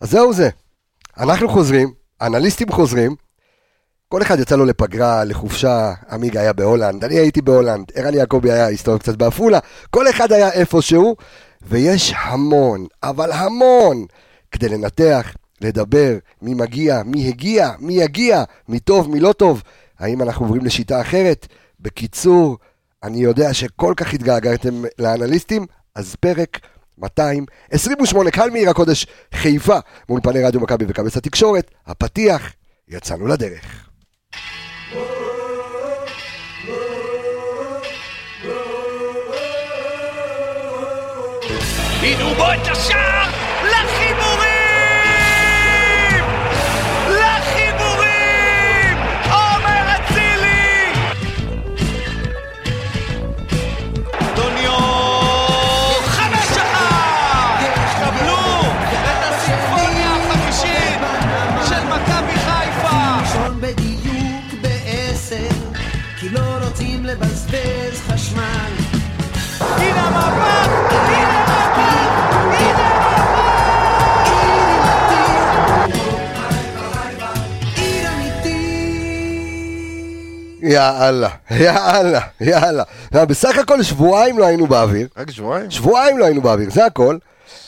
אז זהו זה. אנחנו חוזרים, אנליסטים חוזרים, כל אחד יצא לו לפגרה, לחופשה, עמיג היה בהולנד, אני הייתי בהולנד, ערן יעקבי היה, הסתובב קצת בעפולה, כל אחד היה איפשהו, ויש המון, אבל המון, כדי לנתח, לדבר, מי מגיע, מי הגיע, מי יגיע, מי טוב, מי לא טוב, האם אנחנו עוברים לשיטה אחרת? בקיצור, אני יודע שכל כך התגעגעתם לאנליסטים, אז פרק 228, כאן מעיר הקודש, חיפה, מאולפני רדיו מכבי וכבש התקשורת, הפתיח, יצאנו לדרך. הנה הוא בוא את השער! לחיבורים! לחיבורים! עומר אצילי! דוניו! חמש אחת! קבלו את הסימפוניה החמישית של מכבי חיפה! ראשון בדיוק בעשר, כי לא רוצים לבזבז חשמל. הנה המהפך! הנה המהפך! הנה עיר אמיתי! יאללה, יאללה, יאללה. לא, בסך הכל שבועיים לא היינו באוויר, רק שבועיים? שבועיים לא היינו באוויר, זה הכל,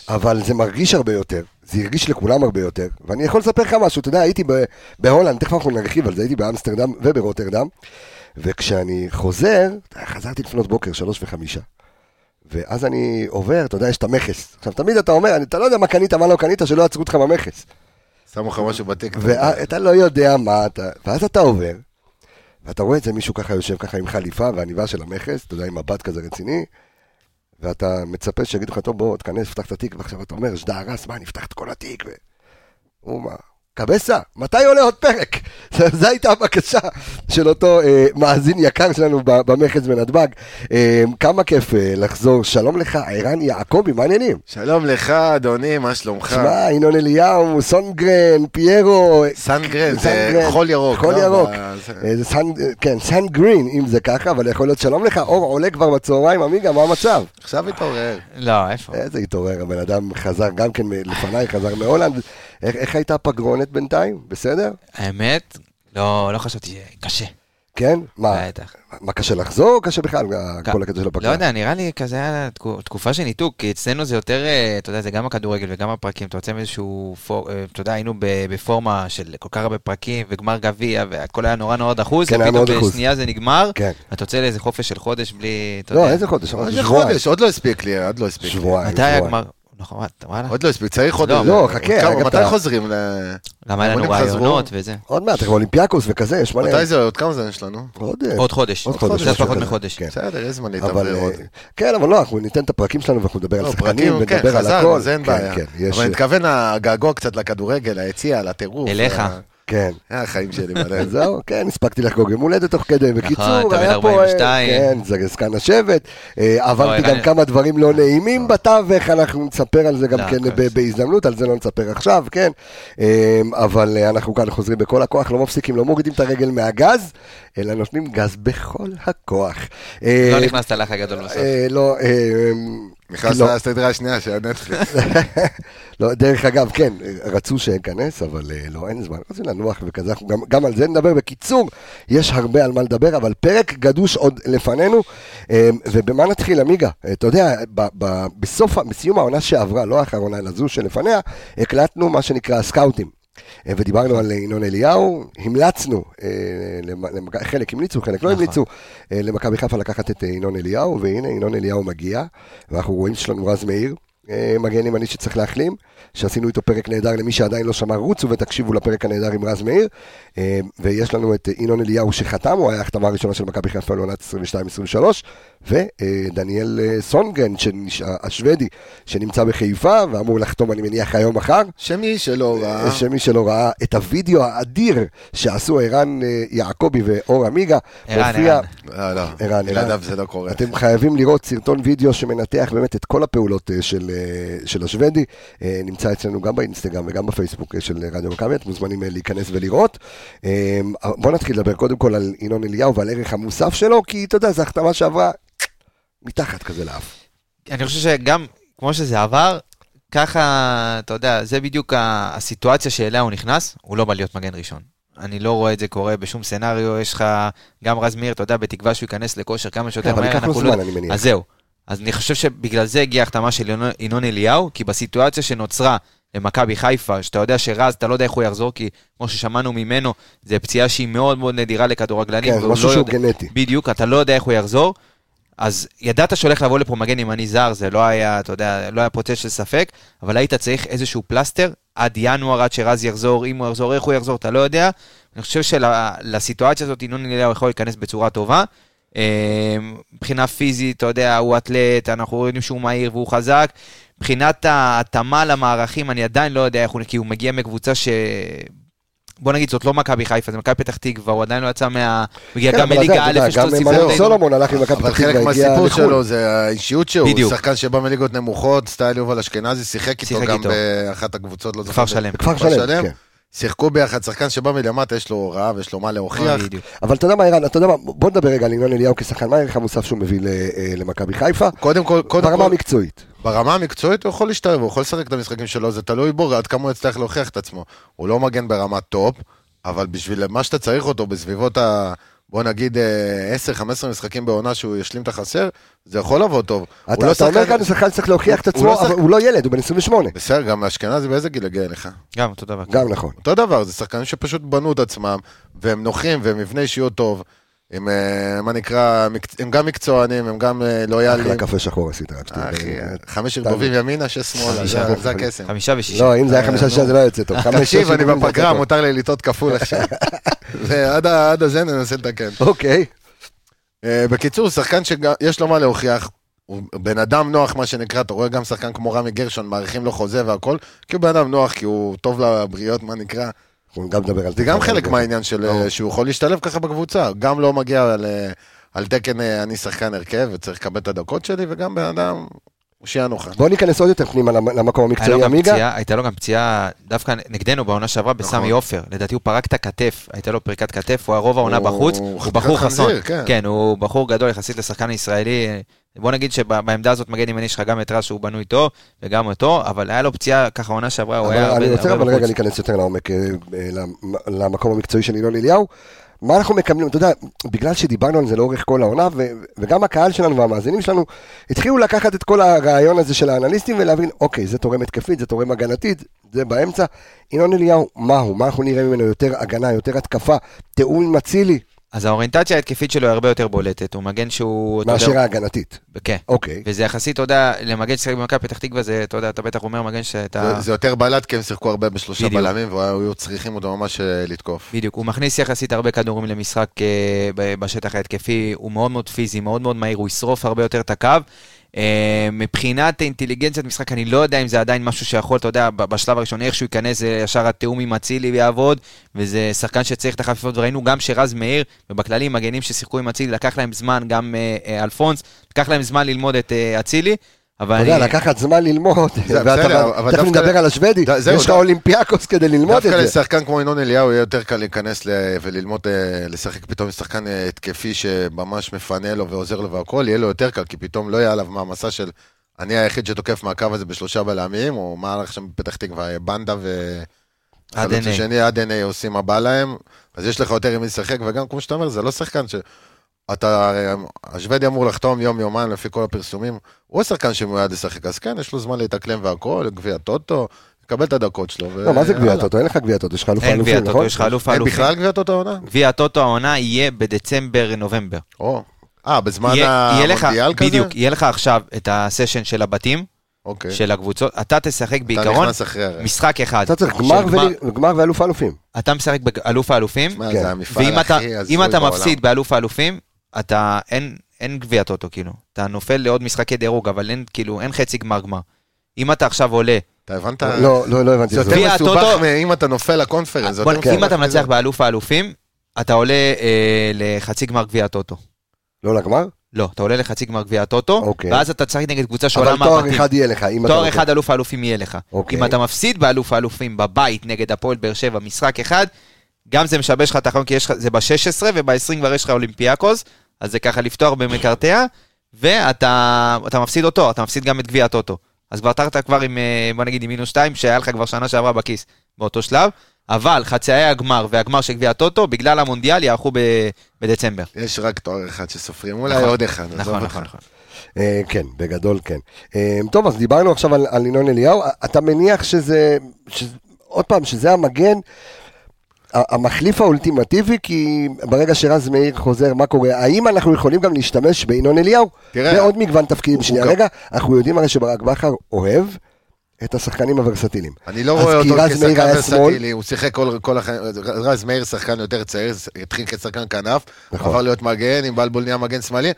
אבל זה מרגיש הרבה יותר, זה הרגיש לכולם הרבה יותר, ואני יכול לספר לך משהו, אתה יודע, הייתי ב- בהולנד, תכף אנחנו נרחיב על זה, הייתי באמסטרדם וברוטרדם, וכשאני חוזר, חזרתי לפנות בוקר, שלוש וחמישה. ואז אני עובר, אתה יודע, יש את המכס. עכשיו, תמיד אתה אומר, אני- אתה לא יודע מה קנית, מה לא קנית, שלא יעצרו אותך במכס. שמו לך משהו בטיקטוק. ואתה לא יודע מה אתה, ואז אתה עובר, ואתה רואה את זה מישהו ככה יושב ככה עם חליפה ועניבה של המכס, אתה יודע, עם מבט כזה רציני, ואתה מצפה שיגידו לך, טוב, בוא, תיכנס, פתח את התיק, ועכשיו אתה אומר, שדה הרס, מה, נפתח את כל התיק, ו... הוא מה, קבסה, מתי עולה עוד פרק? זו הייתה הבקשה של אותו אה, מאזין יקר שלנו ב- במכס בנתב"ג. אה, כמה כיף אה, לחזור, שלום לך, ערן יעקבי, מה העניינים? שלום לך, אדוני, מה שלומך? שמע, ינון אליהו, סונגרן, פיירו, אה, סנגרן, כן, זה סנגרן. חול ירוק. חול לא? ירוק. אה, זה- אה, זה סן, אה, כן, סן גרין, אם זה ככה, אבל יכול להיות שלום לך, אור עולה כבר בצהריים, עמיגה, מה המצב? עכשיו התעורר. לא, איפה? איזה התעורר, הבן אדם חזר גם כן מ- לפניי, חזר מהולנד. איך, איך הייתה הפגרונת בינתיים? בסדר? האמת, לא, לא חשבתי שקשה. כן? מה, בטח. מה קשה לחזור או קשה בכלל, אה, ק- כל הקטע של לא הפגרה? יודע, נראה לי כזה היה תקו- תקופה של ניתוק, כי אצלנו זה יותר, אה, אתה יודע, זה גם הכדורגל וגם הפרקים, אתה יוצא מאיזשהו, פור- אה, אתה יודע, היינו ב- בפורמה של כל כך הרבה פרקים, וגמר גביע, והכל היה נורא נורא דחוס, כן, היה ופתאום מאוד דחוס. בשנייה זה נגמר, כן. אתה יוצא לאיזה חופש של חודש בלי, אתה לא, יודע. איזה חודש? עוד שבועיים. חודש, עוד לא הספיק לי, עוד לא הספיק. לי. שבועיים. מתי היה שבועיים. גמר? נכון, וואלה. עוד לא הספיק, צריך עוד... לא, לא, חכה, כמה- רגע, מתי אתה- חוזרים? ל- גם היה לנו האמונים חזרו. רעיונות וזה. עוד מעט, אנחנו אולימפיאקוס וכזה, יש מלא. מתי זה, עוד כמה זמן יש לנו? עוד עוד חודש. עוד חודש, קצת משהו פחות כזה. מחודש. כן. בסדר, יש זמן אבל, להתעבר אה, עוד. כן, אבל לא, אנחנו ניתן את הפרקים שלנו ואנחנו נדבר על לא, שחקנים, פרקים, כן, ונדבר על הכל. חזרנו, זה אין כן, בעיה. כן, יש- אבל אני מתכוון הגעגוע קצת לכדורגל, היציע, לטירוף. אליך. ה- כן. אה, החיים שלי אז מלא. זהו, כן, הספקתי לחגוג יום הולדת תוך כדי. נכון, בקיצור, אתה בן היה פה... אה, 42. כן, זה זקן השבט. אה, עברתי ערן- גם כמה דברים לא נעימים בתווך, אנחנו נספר על זה גם אה, לא, כן הכל ב- בסדר. בהזדמנות, על זה לא נספר עכשיו, כן. אה, אבל אה, אנחנו כאן חוזרים בכל הכוח, לא מפסיקים, לא מורידים את הרגל מהגז, אלא נותנים גז בכל הכוח. אה, לא נכנסת לך הגדול בסוף. אה, לא, אה, נכנס לא. לסדרה השנייה של הנטפליקס. לא, דרך אגב, כן, רצו שאכנס, אבל אה, לא, אין זמן, רוצים לנוח וכזה, אנחנו גם, גם על זה נדבר. בקיצור, יש הרבה על מה לדבר, אבל פרק גדוש עוד לפנינו, אה, ובמה נתחיל, עמיגה? אה, אתה יודע, ב, ב, בסוף, ה- בסיום העונה שעברה, לא האחרונה, אלא זו שלפניה, הקלטנו מה שנקרא סקאוטים. אה, ודיברנו על ינון אליהו, המלצנו, אה, למ- למכ- חלק המליצו, חלק לא נכון. המליצו, אה, למכבי חיפה לקחת את אה, ינון אליהו, והנה ינון אליהו מגיע, ואנחנו רואים שיש לנו רז מאיר, אה, מגן ימני שצריך להחלים, שעשינו איתו פרק נהדר למי שעדיין לא שמע, רוצו ותקשיבו לפרק הנהדר עם רז מאיר, אה, ויש לנו את אה, ינון אליהו שחתם, הוא היה ההחתמה הראשונה של מכבי חיפה לעונת 22-23, ודניאל אה, סונגרן, שנש- השוודי, שנמצא בחיפה, ואמור לחתום, אני מניח, היום מחר. שמי שלא ראה. שמי שלא ראה את הוידאו האדיר שעשו ערן אה, יעקבי ואור עמיגה, ערן, מופיע, ערן. לא, לא. ערן, ערן. בלעדיו זה לא קורה. אתם חייבים לראות סרטון וידאו שמנתח באמת את כל הפעולות אה, של, אה, של השוודי, אה, נמצא אצלנו גם באינסטגרם וגם בפייסבוק אה, של רדיו מכבי, אתם מוזמנים אה, להיכנס ולראות. אה, בואו נתחיל לדבר קודם כל על ינון אליהו ועל ערך המוסף שלו, כי אתה יודע, זו החתמה שעברה מתחת כזה לאף. אני חושב שגם, כמו שזה עבר, ככה, אתה יודע, זה בדיוק ה- הסיטואציה שאליה הוא נכנס, הוא לא בא להיות מגן ראשון. אני לא רואה את זה קורה בשום סצנריו, יש לך גם רז מאיר, אתה יודע, בתקווה שהוא ייכנס לכושר כמה שיותר כן, אבל מהר, ייקח לו אנחנו לא... זמן, אני מניח. אז זהו. אז אני חושב שבגלל זה הגיעה ההחתמה של ינון- ינון אליהו, כי בסיטואציה שנוצרה למכבי חיפה, שאתה יודע שרז, אתה לא יודע איך הוא יחזור, כי כמו ששמענו ממנו, זו פציעה שהיא מאוד מאוד נדירה לכדורגלנים, כן, זה והוא משהו לא שהוא יודע- גנטי. בדיוק, אתה לא יודע איך הוא יחזור. אז ידעת שהולך לבוא לפה מגן ימני זר, זה לא היה, אתה יודע, לא היה פוצץ של ספק, אבל היית צריך איזשהו פלסטר עד ינואר, עד שרז יחזור, אם הוא יחזור, איך הוא יחזור, אתה לא יודע. אני חושב שלסיטואציה הזאת ינון אליהו יכול להיכנס בצורה טובה. אה, מבחינה פיזית, אתה יודע, הוא אתלט, אנחנו יודעים שהוא מהיר והוא חזק. מבחינת ההתאמה למערכים, אני עדיין לא יודע איך הוא, כי הוא מגיע מקבוצה ש... בוא נגיד, זאת לא מכבי חיפה, זה מכבי פתח תקווה, הוא עדיין לא יצא מה... הוא הגיע כן, גם אבל עדיין, מליגה אתה יודע, א', יש לו גם סיפור מנור די דומה. סולומון הלך עם מכבי אבל פתח חלק תקווה, הגיע מהסיפור לחו"ל. שלו זה האישיות שהוא, בדיוק. שחקן שבא מליגות נמוכות, סטייל יובל אשכנזי, שיחק איתו שיחק גם איתו. באחת הקבוצות, לא זוכר. כפר ב- שלם. כפר שלם, כן. שיחקו ביחד, שחקן שבא מלמטה, יש לו רעב, יש לו מה להוכיח. בדיוק. אבל אתה יודע מה, ערן, אתה יודע מה, בוא נדבר רגע על ינון אליהו כשחקן, מה הערך המוסף שהוא מביא ל- אה, למכבי חיפה? קודם כל, קודם ברמה כל, המקצועית. ברמה המקצועית הוא יכול להשתלב, הוא יכול לשחק את המשחקים שלו, זה תלוי בו, עד כמה הוא יצטרך להוכיח את עצמו. הוא לא מגן ברמת טופ, אבל בשביל מה שאתה צריך אותו, בסביבות ה... בוא נגיד אה, 10-15 משחקים בעונה שהוא ישלים את החסר, זה יכול לבוא טוב. הוא אתה לא אתה אומר שחקן- כאן, שחקן צריך להוכיח את הוא לא עצמו, אבל שחק- הוא לא ילד, הוא בן 28. בסדר, גם אשכנזי באיזה גיל הגיע אליך? גם, אותו דבר. כן. גם נכון. אותו דבר, זה שחקנים שפשוט בנו את עצמם, והם נוחים, והם מבנה אישיות טוב, הם אה, מה נקרא, מקצ- הם גם מקצוענים, הם גם אה, לויאליים. אחלה אה, קפה שחור עשית רק. שתדע. אחי, אה, חמש ערבובים ימינה, שש שמאלה, חמישה. זה- זה הקסם. חמישה ושישה. אה, לא, אם זה היה חמישה שישה זה לא יוצא טוב. חמש, אה, תקשיב, שש, אני שבעים זה בפגרה, טוב. מותר לי לטעות כפול עכשיו. זה, עד ה- עד הזה ננסה לתקן. אוקיי. אה, בקיצור, שחקן שיש לו מה להוכיח, הוא בן אדם נוח, מה שנקרא, אתה רואה גם שחקן כמו רמי גרשון, מאריכים לו חוזה והכל, כי הוא בן אדם נוח, כי הוא טוב לבריות, מה נקרא. אנחנו גם נדבר על זה גם חלק רגע. מהעניין של אה, שהוא יכול להשתלב ככה בקבוצה, גם לא מגיע על, אה, על תקן אה, אני שחקן הרכב וצריך לקבל את הדקות שלי, וגם בן אדם, הוא שיהיה נוחה. בוא ניכנס עוד יותר פנימה למ- למקום היה לו המקצועי, גם עמיגה. נכון. פציעה- הייתה לו גם פציעה דווקא נגדנו בעונה שעברה בסמי עופר. לדעתי הוא פרק את הכתף, הייתה לו פריקת כתף, הוא היה רוב העונה הוא- בחוץ, הוא הוא בחור חתיכת חסון. חנזיר, כן. כן, הוא בחור גדול יחסית לשחקן הישראלי. בוא נגיד שבעמדה הזאת מגן ימני יש לך גם את רז שהוא בנוי טוב, וגם אותו, אבל היה לו פציעה ככה עונה שעברה, הוא אבל היה הרבה אני רוצה הרבה אבל רגע בחוץ. להיכנס יותר לעומק, אה, אה, למ- למקום המקצועי של ינון אליהו. מה אנחנו מקבלים, אתה יודע, בגלל שדיברנו על זה לאורך כל העונה, ו- וגם הקהל שלנו והמאזינים שלנו התחילו לקחת את כל הרעיון הזה של האנליסטים ולהבין, אוקיי, זה תורם התקפית, זה תורם הגנתית, זה באמצע. ינון אליהו, מה הוא? מה אנחנו נראה ממנו? יותר הגנה, יותר התקפה, תיאום עם אצילי, אז האוריינטציה ההתקפית שלו היא הרבה יותר בולטת, הוא מגן שהוא... אתה יודע, מאשר ההגנתית. כן. אוקיי. וזה יחסית, אתה יודע, למגן ששיחק במכבי פתח תקווה, זה, אתה יודע, אתה בטח אומר מגן שאתה... זה- זה יותר בלט, כי הם שיחקו הרבה בשלושה בדיוק. בלמים, והיו צריכים אותו ממש אה, לתקוף. בדיוק, הוא מכניס יחסית הרבה כדורים למשחק אה, ב- בשטח ההתקפי, הוא מאוד מאוד פיזי, מאוד מאוד מהיר, הוא ישרוף הרבה יותר את הקו. אה, מבחינת אינטליגנציית משחק, אני לא יודע אם זה עדיין משהו שיכול, אתה יודע, ב- בשלב הראשון, איך שהוא ייכנס, זה ישר התיאום עם אצילי ויעבוד, וזה שחקן שצריך את החפיפות, וראינו גם שרז מאיר, ובכללי מגנים ששיחקו עם אצילי, לקח להם זמן, גם אה, אה, אלפונס, לקח להם זמן ללמוד את אה, אצילי, אבל אה, אתה אני... יודע, לקחת זמן ללמוד, זה ואתה- בסדר, אבל תכף דווקא- נדבר על השוודי, ד- זהו, יש לך דו- אולימפיאקוס כדי ללמוד את דווקא זה. לשחקן כמו ינון אליהו יהיה יותר קל להיכנס ל- וללמוד אה, לשחק פתאום עם שחקן אה, התקפי שממש מפנה לו ועוזר לו והכל, יהיה לו יותר קל, כי פתאום לא יהיה עליו מעמסה של אני היחיד שתוקף מהקו הזה בשלושה בלמים, או מה הלך שם בפתח תקווה, אה, בנדה ו... עד חלוץ NA. השני עד NA עושים מה בא להם, אז יש לך יותר עם מי לשחק, וגם כמו שאתה אומר, זה לא שחקן ש... אתה, הרי, השוודי אמור לחתום יום-יומיים לפי כל הפרסומים, הוא השחקן שמיועד לשחק, אז כן, יש לו זמן להתאקלם והכל, גביע טוטו, יקבל את הדקות שלו. לא, מה זה גביע והלאה. טוטו? אין לך גביע טוטו, יש לך אלוף אין גביע האלופים, טוטו, נכון? יש לך אלוף אין האלופים. בכלל גביע טוטו העונה? גביע טוטו העונה יהיה בדצמבר-נובמבר. או. אה, בזמן יהיה- יהיה לך- המונדיאל כזה? בדיוק, יהיה לך עכשיו את הסשן של הבתים, אוקיי. של הקבוצות, אתה תשחק אתה בעיקרון נכנס אחרי הרי. משחק אחד. אתה צריך של גמר ול- גמר ואלוף האלופים. אתה משחק באלוף האלופים, שמע, כן. זה המפעל ואם אתה, הכי הזוי אם אתה בעולם. מפסיד באלוף האלופים, אתה אין, אין גביע טוטו, כאילו. אתה נופל לעוד משחקי דירוג, אבל אין, כאילו, אין חצי גמר גמר. אם אתה עכשיו עולה, אתה הבנת? לא, לא, לא הבנתי. זה זה- יותר גביע מסובך הטוטו- מאם אתה כן. נופל לקונפרנס. זה בוא, יותר נגיד, אם מסובך אתה מנצח מזה. באלוף האלופים, אתה עולה אה, לחצי גמר גביע טוטו. לא לגמר? לא, אתה עולה לחצי גמר גביע טוטו, אוקיי. ואז אתה צריך נגד קבוצה שעולה אבל תואר מהבתים. אחד יהיה לך. אם אתה תואר לוקח. אחד אלוף האלופים יהיה לך. אוקיי. אם אתה מפסיד באלוף האלופים בבית נגד הפועל באר שבע, משחק אחד, גם זה משבש לך את החלום, כי יש לך, זה ב-16 וב-20 כבר יש לך אולימפיאקוס, אז זה ככה לפתוח במקרטע, ואתה אתה מפסיד אותו, אתה מפסיד גם את גביע הטוטו. אז כבר טרת כבר עם, אה, בוא נגיד, עם מינוס 2, שהיה לך כבר שנה שעברה בכיס באותו שלב. אבל חצאי הגמר והגמר של גביע הטוטו, בגלל המונדיאל, יערכו ב- בדצמבר. יש רק תואר אחד שסופרים, אולי נכון. עוד אחד. עזוב נכון, אותך. נכון, נכון. אה, כן, בגדול כן. אה, טוב, אז דיברנו עכשיו על, על ינון אליהו, אה, אתה מניח שזה, שזה, עוד פעם, שזה המגן, ה- המחליף האולטימטיבי, כי ברגע שרז מאיר חוזר, מה קורה? האם אנחנו יכולים גם להשתמש בינון אליהו? תראה, בעוד מגוון תפקידים, הוא שנייה, גם- רגע, אנחנו יודעים הרי שברק בכר אוהב את השחקנים הוורסטיליים. אני לא אז רואה כי אותו רז מאיר כשחקן היה ורסטילי, הוא שיחק כל- כל החיים, רז מאיר שחקן יותר צעיר, התחיל כשחקן כנף, נכון. עבר להיות מגן, עם בלבול נהיה מגן שמאלי,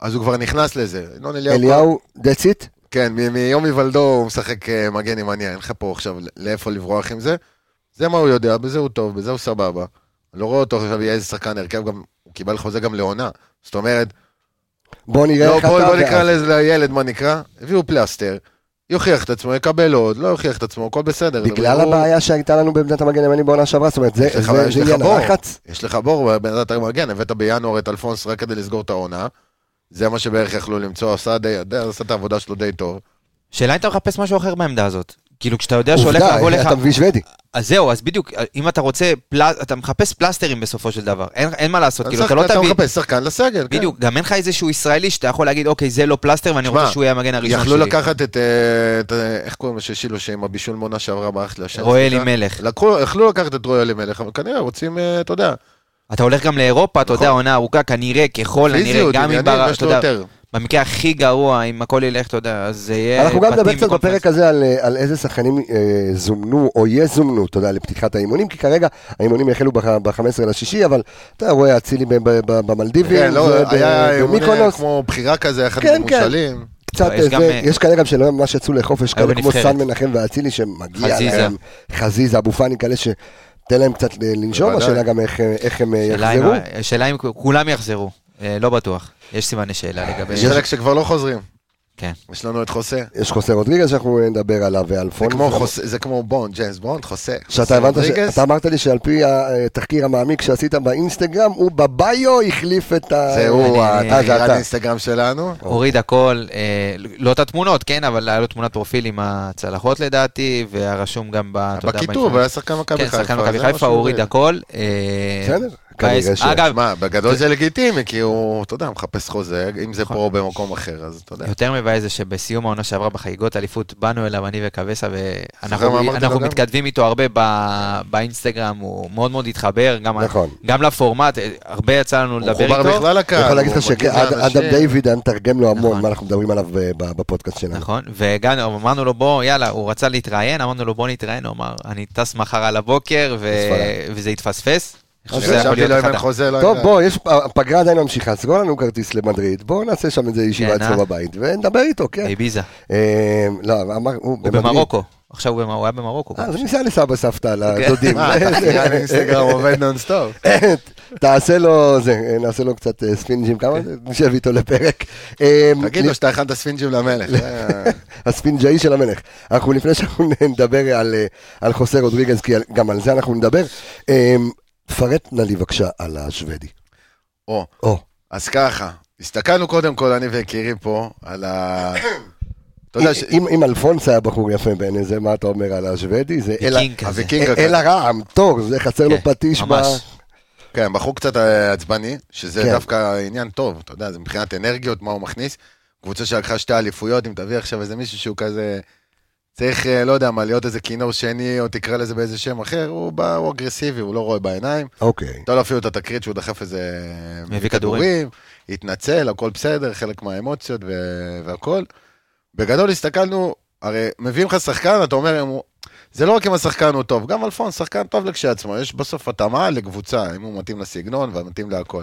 אז הוא כבר נכנס לזה. ינון אליהו, אליהו, that's it? כן, מ- מיום היוולדו הוא משחק אה, מגן ימני, אין לך פה עכשיו לאיפה לברוח עם זה. זה מה הוא יודע, בזה הוא טוב, בזה הוא סבבה. אני לא רואה אותו עכשיו יהיה איזה שחקן הרכב, גם, הוא קיבל חוזה גם לעונה. זאת אומרת, בוא נראה לא, איך בוא, אתה בוא נקרא ואז. לזה לילד, מה נקרא? הביאו פלסטר, יוכיח את עצמו, יקבל עוד, לא יוכיח את עצמו, הכל בסדר. בגלל הוא- הבעיה שהייתה לנו בעמדת המגן הימני בעונה שעברה, זאת אומרת, זה יש לך- זה- יש זה לך עניין בור. הלחץ. יש לך בור בעמדת המגן, הבאת בינואר את אלפונס רק כדי לסגור את העונה. זה מה שבערך יכלו למצוא, עשה די, די- עשה את העבודה שלו די טוב. שאלה אם אתה מחפש משהו אחר בעמדה הזאת. כאילו, כשאתה יודע שהולך לבוא עובדה, לך... אתה מביא שוודי. אז זהו, אז בדיוק, אם אתה רוצה, פל... אתה מחפש פלסטרים בסופו של דבר. אין, אין מה לעשות, כאילו, אתה שחקן- לא אתה תביא... מחפש שחקן לסגל, כן. בדיוק, גם אין לך איזשהו ישראלי שאתה יכול להגיד, אוקיי, זה לא פלסטר ואני רוצה שמע, שהוא יהיה המגן הראשון שלי. יכלו לקחת את, אה, את, אה, איך קוראים לו שהשילו שעם הבישול מונה שעברה באחת לשם. רועי אלימלך. לקחו, יכלו לקחת את רועי אלימלך, אבל כנראה רוצים, אה, אתה יודע, אתה הולך גם לאירופה, אתה יודע, נכון. עונה ארוכה, כנראה, ככל הנראה, פיזיות, גם אם... עניינים, בר- יש אתה לו יודע, יותר. במקרה הכי גרוע, אם הכל ילך, אתה יודע, אז זה אה, יהיה... אנחנו גם בתים נדבר קצת בקונפרנס. בפרק הזה על, על איזה שחקנים אה, זומנו או יזומנו, אתה יודע, לפתיחת האימונים, כי כרגע האימונים החלו ב-15 לשישי, אבל אתה רואה אצילי ב- ב- ב- במלדיבים, כן, לא, ו- ב- היה אימון, אה, במיקונוס, כמו בחירה כזה, אחד כן, כן. ממושלים. קצת לא, יש גם, איזה, אה, יש כאלה גם שלא ממש יצאו לחופש, היו כאלה כמו בנבחרת. סן מנחם ואצילי שמגיע חזיזה. להם, חזיזה, אבו פאני, כאלה ש... תן להם קצת ל- לנשום, בוודאי. השאלה גם איך, איך הם אה, שאלה אם- יחזרו. שאלה אם כולם יחזרו, אה, לא בטוח. יש סימני שאלה לגבי... יש חלק שכבר לא חוזרים. כן. יש לנו את חוסה. יש חוסר רודריגז שאנחנו נדבר עליו, זה ואלפון. כמו חוסה- זה כמו בונד, ג'יימס בונד, חוסה. שאתה חוסה הבנת, ש... רודריגז. אתה אמרת לי שעל פי התחקיר המעמיק שעשית באינסטגרם, הוא בביו החליף את ה... זה אני- הוא, אני- אה, זה התחירת אתה. אינסטגרם שלנו. הוריד הכל, אה, לא את התמונות, כן, אבל היה לו תמונת פרופיל עם הצלחות לדעתי, והיה רשום גם ב... אתה יודע, בכיתוב, באינפורמציה. היה שחקן מכבי כן, חיפה. שחקן זה מכבי מה חיפה, שהוא הוריד הוריד. הכל. אה, בסדר, בעס- כנראה ש- אגב, שמע, בגדול זה לגיטימי, כי הוא, אתה יודע, מחפש חוזה, אם זה פה או במקום אחר, אז אתה יודע. יותר מבאס זה שבסיום העונה שעברה בחגיגות אליפות, באנו אליו אני וקווסה, זוכר מה ואנחנו אמרתי אנחנו לו גם? מתכתבים איתו הרבה ב- באינסטגרם, הוא מאוד מאוד התחבר, גם- נכון. גם לפורמט, אה, הרבה יצא לנו הוא לדבר איתו. מחובר בכלל לקהל. אני יכול להגיד לך הוא מגיב לאנשים. שאדם דיוויד היה מתרגם לו המון נכון. מה אנחנו מדברים עליו ב- ב- בפודקאסט שלנו. נכון, והגענו, אמרנו לו בוא, יאללה, הוא רצה להתראיין, אמרנו לו בוא נתראיין, הוא אמר, אני טס מחר על הבוקר, ו- בספרד. וזה התפספס. אני חושב אז שזה יכול חשבתי להיות לו אם אחד אין ה- חוזה, לא טוב, יודע. בוא, יש- הפגרה עדיין ממשיכה, סגור לנו כרטיס למדריד, בואו נעשה שם איזה ישיבה כן, אה? אצלו בבית, ונדבר איתו, כן. איביזה, אה, לא, אמר, הוא הוא במדריד. במרוקו, אוקיי. עכשיו הוא במ- הוא היה במרוקו. אה, אז ניסע לסבא סבתא, לדודים. אה, מה, התחקירן אינסטגרם עובד נונסטופ. תעשה לו זה, נעשה לו קצת אה, ספינג'ים, אוקיי. כמה זה? נשב איתו לפרק. אה, תגיד לו שאתה הכנת ספינג'ים למלך. אה. זה- הספינג'אי של המלך. אנחנו לפני שאנחנו נדבר על, אה, על חוסה רודריגז, כי על- גם על זה אנחנו נדבר. אה, תפרט נא לי בבקשה על השוודי. או, או, אז ככה, הסתכלנו קודם כל, אני ויקירי פה, על ה... אתה יודע ש... אם, אם אלפונס היה בחור יפה בעיני זה, מה אתה אומר על השוודי? זה כן, אל, ויקינג כזה. הוויקינג אל- אל הרעם, תור, זה חסר לו כן, פטיש. ב- ממש. כן, בחור קצת אה, עצבני, שזה כן. דווקא עניין טוב, אתה יודע, זה מבחינת אנרגיות, מה הוא מכניס. קבוצה שלקחה שתי אליפויות, אם תביא עכשיו איזה מישהו שהוא כזה... צריך, אה, לא יודע מה, להיות איזה כינור שני, או תקרא לזה באיזה שם אחר, הוא בא, הוא אגרסיבי, הוא לא רואה בעיניים. אוקיי. הייתה לו אפילו את התקרית שהוא דחף איזה... מביא כדורים. התנצל, הכל בסדר, חלק מהאמוציות ו- והכל. בגדול הסתכלנו, הרי מביאים לך שחקן, אתה אומר, אם הוא- זה לא רק אם השחקן הוא טוב, גם אלפון שחקן טוב לכשעצמו, יש בסוף התאמה לקבוצה, אם הוא מתאים לסגנון ומתאים להכל.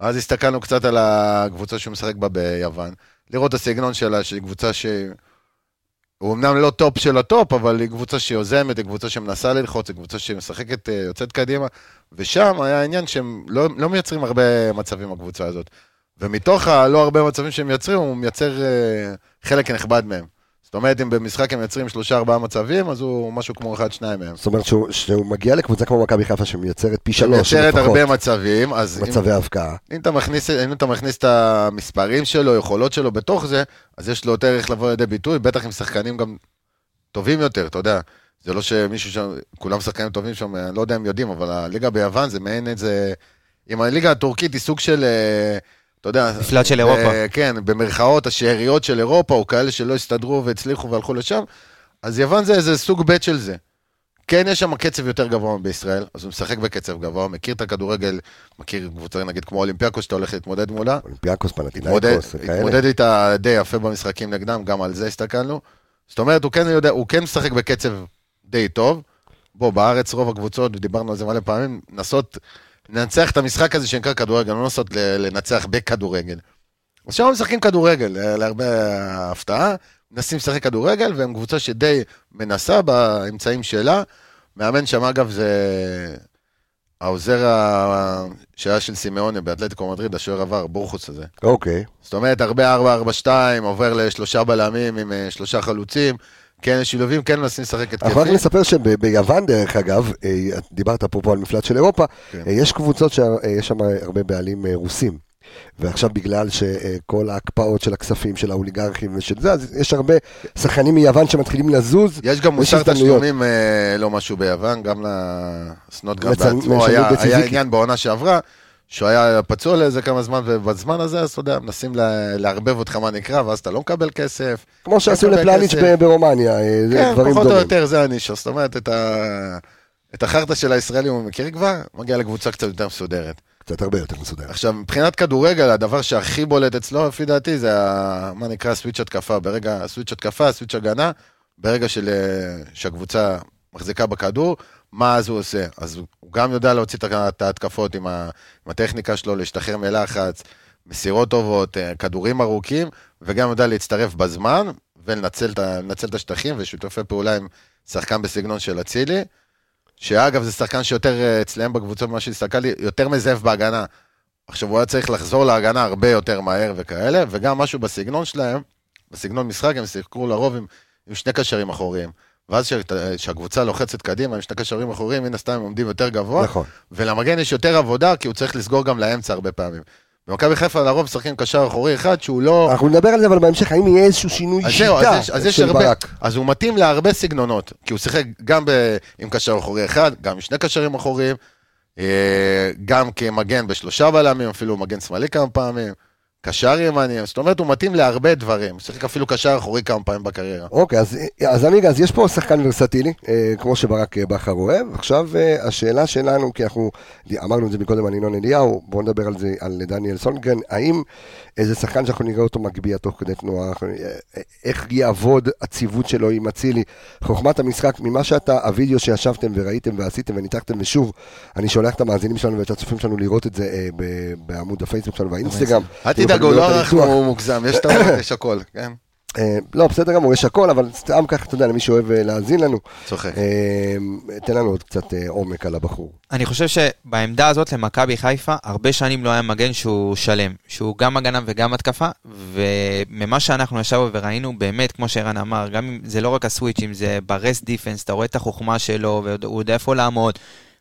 אז הסתכלנו קצת על הקבוצה שהוא משחק בה ביוון, לראות את הסגנון שלה, שהיא קבוצה ש... הוא אמנם לא טופ של הטופ, אבל היא קבוצה שיוזמת, היא קבוצה שמנסה ללחוץ, היא קבוצה שמשחקת, אה, יוצאת קדימה, ושם היה עניין שהם לא, לא מייצרים הרבה מצבים, הקבוצה לא הזאת. ומתוך הלא הרבה מצבים שהם מייצרים, הוא מייצר אה, חלק נכבד מהם. זאת אומרת, אם במשחק הם מייצרים שלושה ארבעה מצבים, אז הוא משהו כמו אחד, שניים מהם. זאת אומרת שהוא, שהוא מגיע לקבוצה כמו מכבי חיפה שמייצרת פי שלוש מייצרת לפחות הרבה מצבים, אז אם- מצבי הבקעה. אם אתה, מכניס, אם אתה מכניס את המספרים שלו, יכולות שלו בתוך זה, אז יש לו יותר איך לבוא לידי ביטוי, בטח עם שחקנים גם טובים יותר, אתה יודע. זה לא שמישהו שם, כולם שחקנים טובים שם, אני לא יודע אם יודעים, אבל הליגה ביוון זה מעין איזה... אם הליגה הטורקית היא סוג של, אה, אתה יודע... מפלט של אה, אירופה. כן, במרכאות, השאריות של אירופה, או כאלה שלא הסתדרו והצליחו והלכו לשם, אז יוון זה איזה סוג ב' של זה. כן, יש שם קצב יותר גבוה מבישראל, אז הוא משחק בקצב גבוה, מכיר את הכדורגל, מכיר קבוצה נגיד כמו אולימפיאקוס שאתה הולך להתמודד מולה, אולימפיאקוס, התמודד, פנטינאיקוס, כאלה. התמודד איתה די יפה במשחקים נגדם, גם על זה הסתכלנו. זאת אומרת, הוא כן יודע, הוא כן משחק בקצב די טוב. בוא, בארץ רוב הקבוצות, ודיברנו על זה מלא פעמים, לנסות לנצח את המשחק הזה שנקרא כדורגל, לא לנסות ל- לנצח בכדורגל. אז שם הם משחקים כדורגל, אה, להרבה הפתעה, מנסים לשחק כדורגל, והם קבוצה שדי מנסה באמצעים שלה. מאמן שם, אגב, זה העוזר ה- שהיה של סימאונה באתלטיקו מדריד, השוער עבר, בורחוס הזה. אוקיי. זאת אומרת, הרבה 4-4-2, עובר לשלושה בלמים עם אה, שלושה חלוצים. כן, יש שילובים, כן מנסים לשחק אנחנו רק התקפי. נספר שביוון דרך אגב, אה, את דיברת אפרופו על מפלט של אירופה, כן. אה, יש קבוצות שיש שם הרבה בעלים אה, רוסים. ועכשיו בגלל שכל ההקפאות של הכספים של האוליגרכים ושל זה, אז יש הרבה שחקנים מיוון שמתחילים לזוז. יש גם יש מוסר הזדמנויות. תשלומים אה, לא משהו ביוון, גם לסנוט גם לצל- בעצמו. לשלם היה- היה בציזיקי. עניין בעונה שעברה, שהוא היה פצוע לאיזה כמה זמן, ובזמן הזה, אז אתה יודע, מנסים לה- לערבב אותך מה נקרא, ואז אתה לא מקבל כסף. כמו שעשו מקבל לפלניץ' כסף. ב- ברומניה, אה, זה כן, דברים פחות או דומים. יותר זה הנישה. זאת אומרת, את ה- את החרטא של הישראלים הוא מכיר כבר, מגיע לקבוצה קצת יותר מסודרת. קצת הרבה יותר מסודר. עכשיו, מבחינת כדורגל, הדבר שהכי בולט אצלו, לפי דעתי, זה ה- מה נקרא סוויץ' התקפה. ברגע, סוויץ' התקפה, סוויץ' הגנה, ברגע של, אה, שהקבוצה מחזיקה בכדור, מה אז הוא עושה? אז הוא גם יודע להוציא את ה- את ההתקפות עם, ה, עם הטכניקה שלו, להשתחרר מלחץ, מסירות טובות, אה, כדורים ארוכים, וגם יודע להצטרף בזמן ולנצל את, ה- לנצל את השטחים ושיתופי פעולה עם שחקן בסגנון של אצילי. שאגב, זה שחקן שיותר אה, אצלם בקבוצות, ממה שהסתכלתי, יותר מזייף בהגנה. עכשיו, הוא היה צריך לחזור להגנה הרבה יותר מהר וכאלה, וגם משהו בסגנון שלהם, בסגנון משחק, הם שיחקו לרוב עם, עם שני קשרים אחוריים. ואז כשהקבוצה לוחצת קדימה עם שני קשרים אחוריים, מן הסתם הם עומדים יותר גבוה, נכון. ולמגן יש יותר עבודה, כי הוא צריך לסגור גם לאמצע הרבה פעמים. במכבי חיפה לרוב משחקים קשר אחורי אחד שהוא לא... אנחנו נדבר על זה, אבל בהמשך, האם יהיה איזשהו שינוי אז זהו, אז יש, אז שיטה יש של הרבה, ברק? אז הוא מתאים להרבה סגנונות, כי הוא שיחק גם ב, עם קשר אחורי אחד, גם עם שני קשרים אחוריים, אה, גם כמגן בשלושה בלמים, אפילו מגן שמאלי כמה פעמים, קשר ימני, זאת אומרת הוא מתאים להרבה דברים, הוא שיחק אפילו קשר אחורי כמה פעמים בקריירה. אוקיי, אז, אז עמיגה, אז יש פה שחקן ורסטילי, אה, כמו שברק אה, בכר אוהב. עכשיו אה, השאלה שלנו, כי אנחנו אמרנו את זה מקודם על ינון אליהו, בואו נדבר על זה, על דניאל סונגרן, האם איזה שחקן שאנחנו נראה אותו מגביה תוך כדי תנועה, אנחנו- אה, איך יעבוד הציוות שלו עם אצילי, חוכמת המשחק, ממה שאתה, הוידאו שישבתם וראיתם ועשיתם וניתחתם, ושוב, אני שולח את המאזינים שלנו ואת הצופים שלנו לראות את זה אה, ב- בעמוד הפייסבוק שלנו והאינסטגרם. אל תדאג, הוא אתם יכולים לא לראות את ערך הניתוח. הוא מוגזם, יש טעות, יש הכל, כן? אה, לא, בסדר גמור, יש הכל, אבל סתם ככה, אתה יודע, למי שאוהב אה, להאזין לנו. צוחק. אה, תן לנו עוד קצת אה, עומק על הבחור. אני חושב שבעמדה הזאת למכבי חיפה, הרבה שנים לא היה מגן שהוא שלם, שהוא גם הגנה וגם התקפה, וממה שאנחנו ישבנו וראינו, באמת, כמו שערן אמר, גם אם זה לא רק הסוויצ'ים, זה ברסט דיפנס, אתה רואה את החוכמה שלו, והוא יודע איפה לעמוד.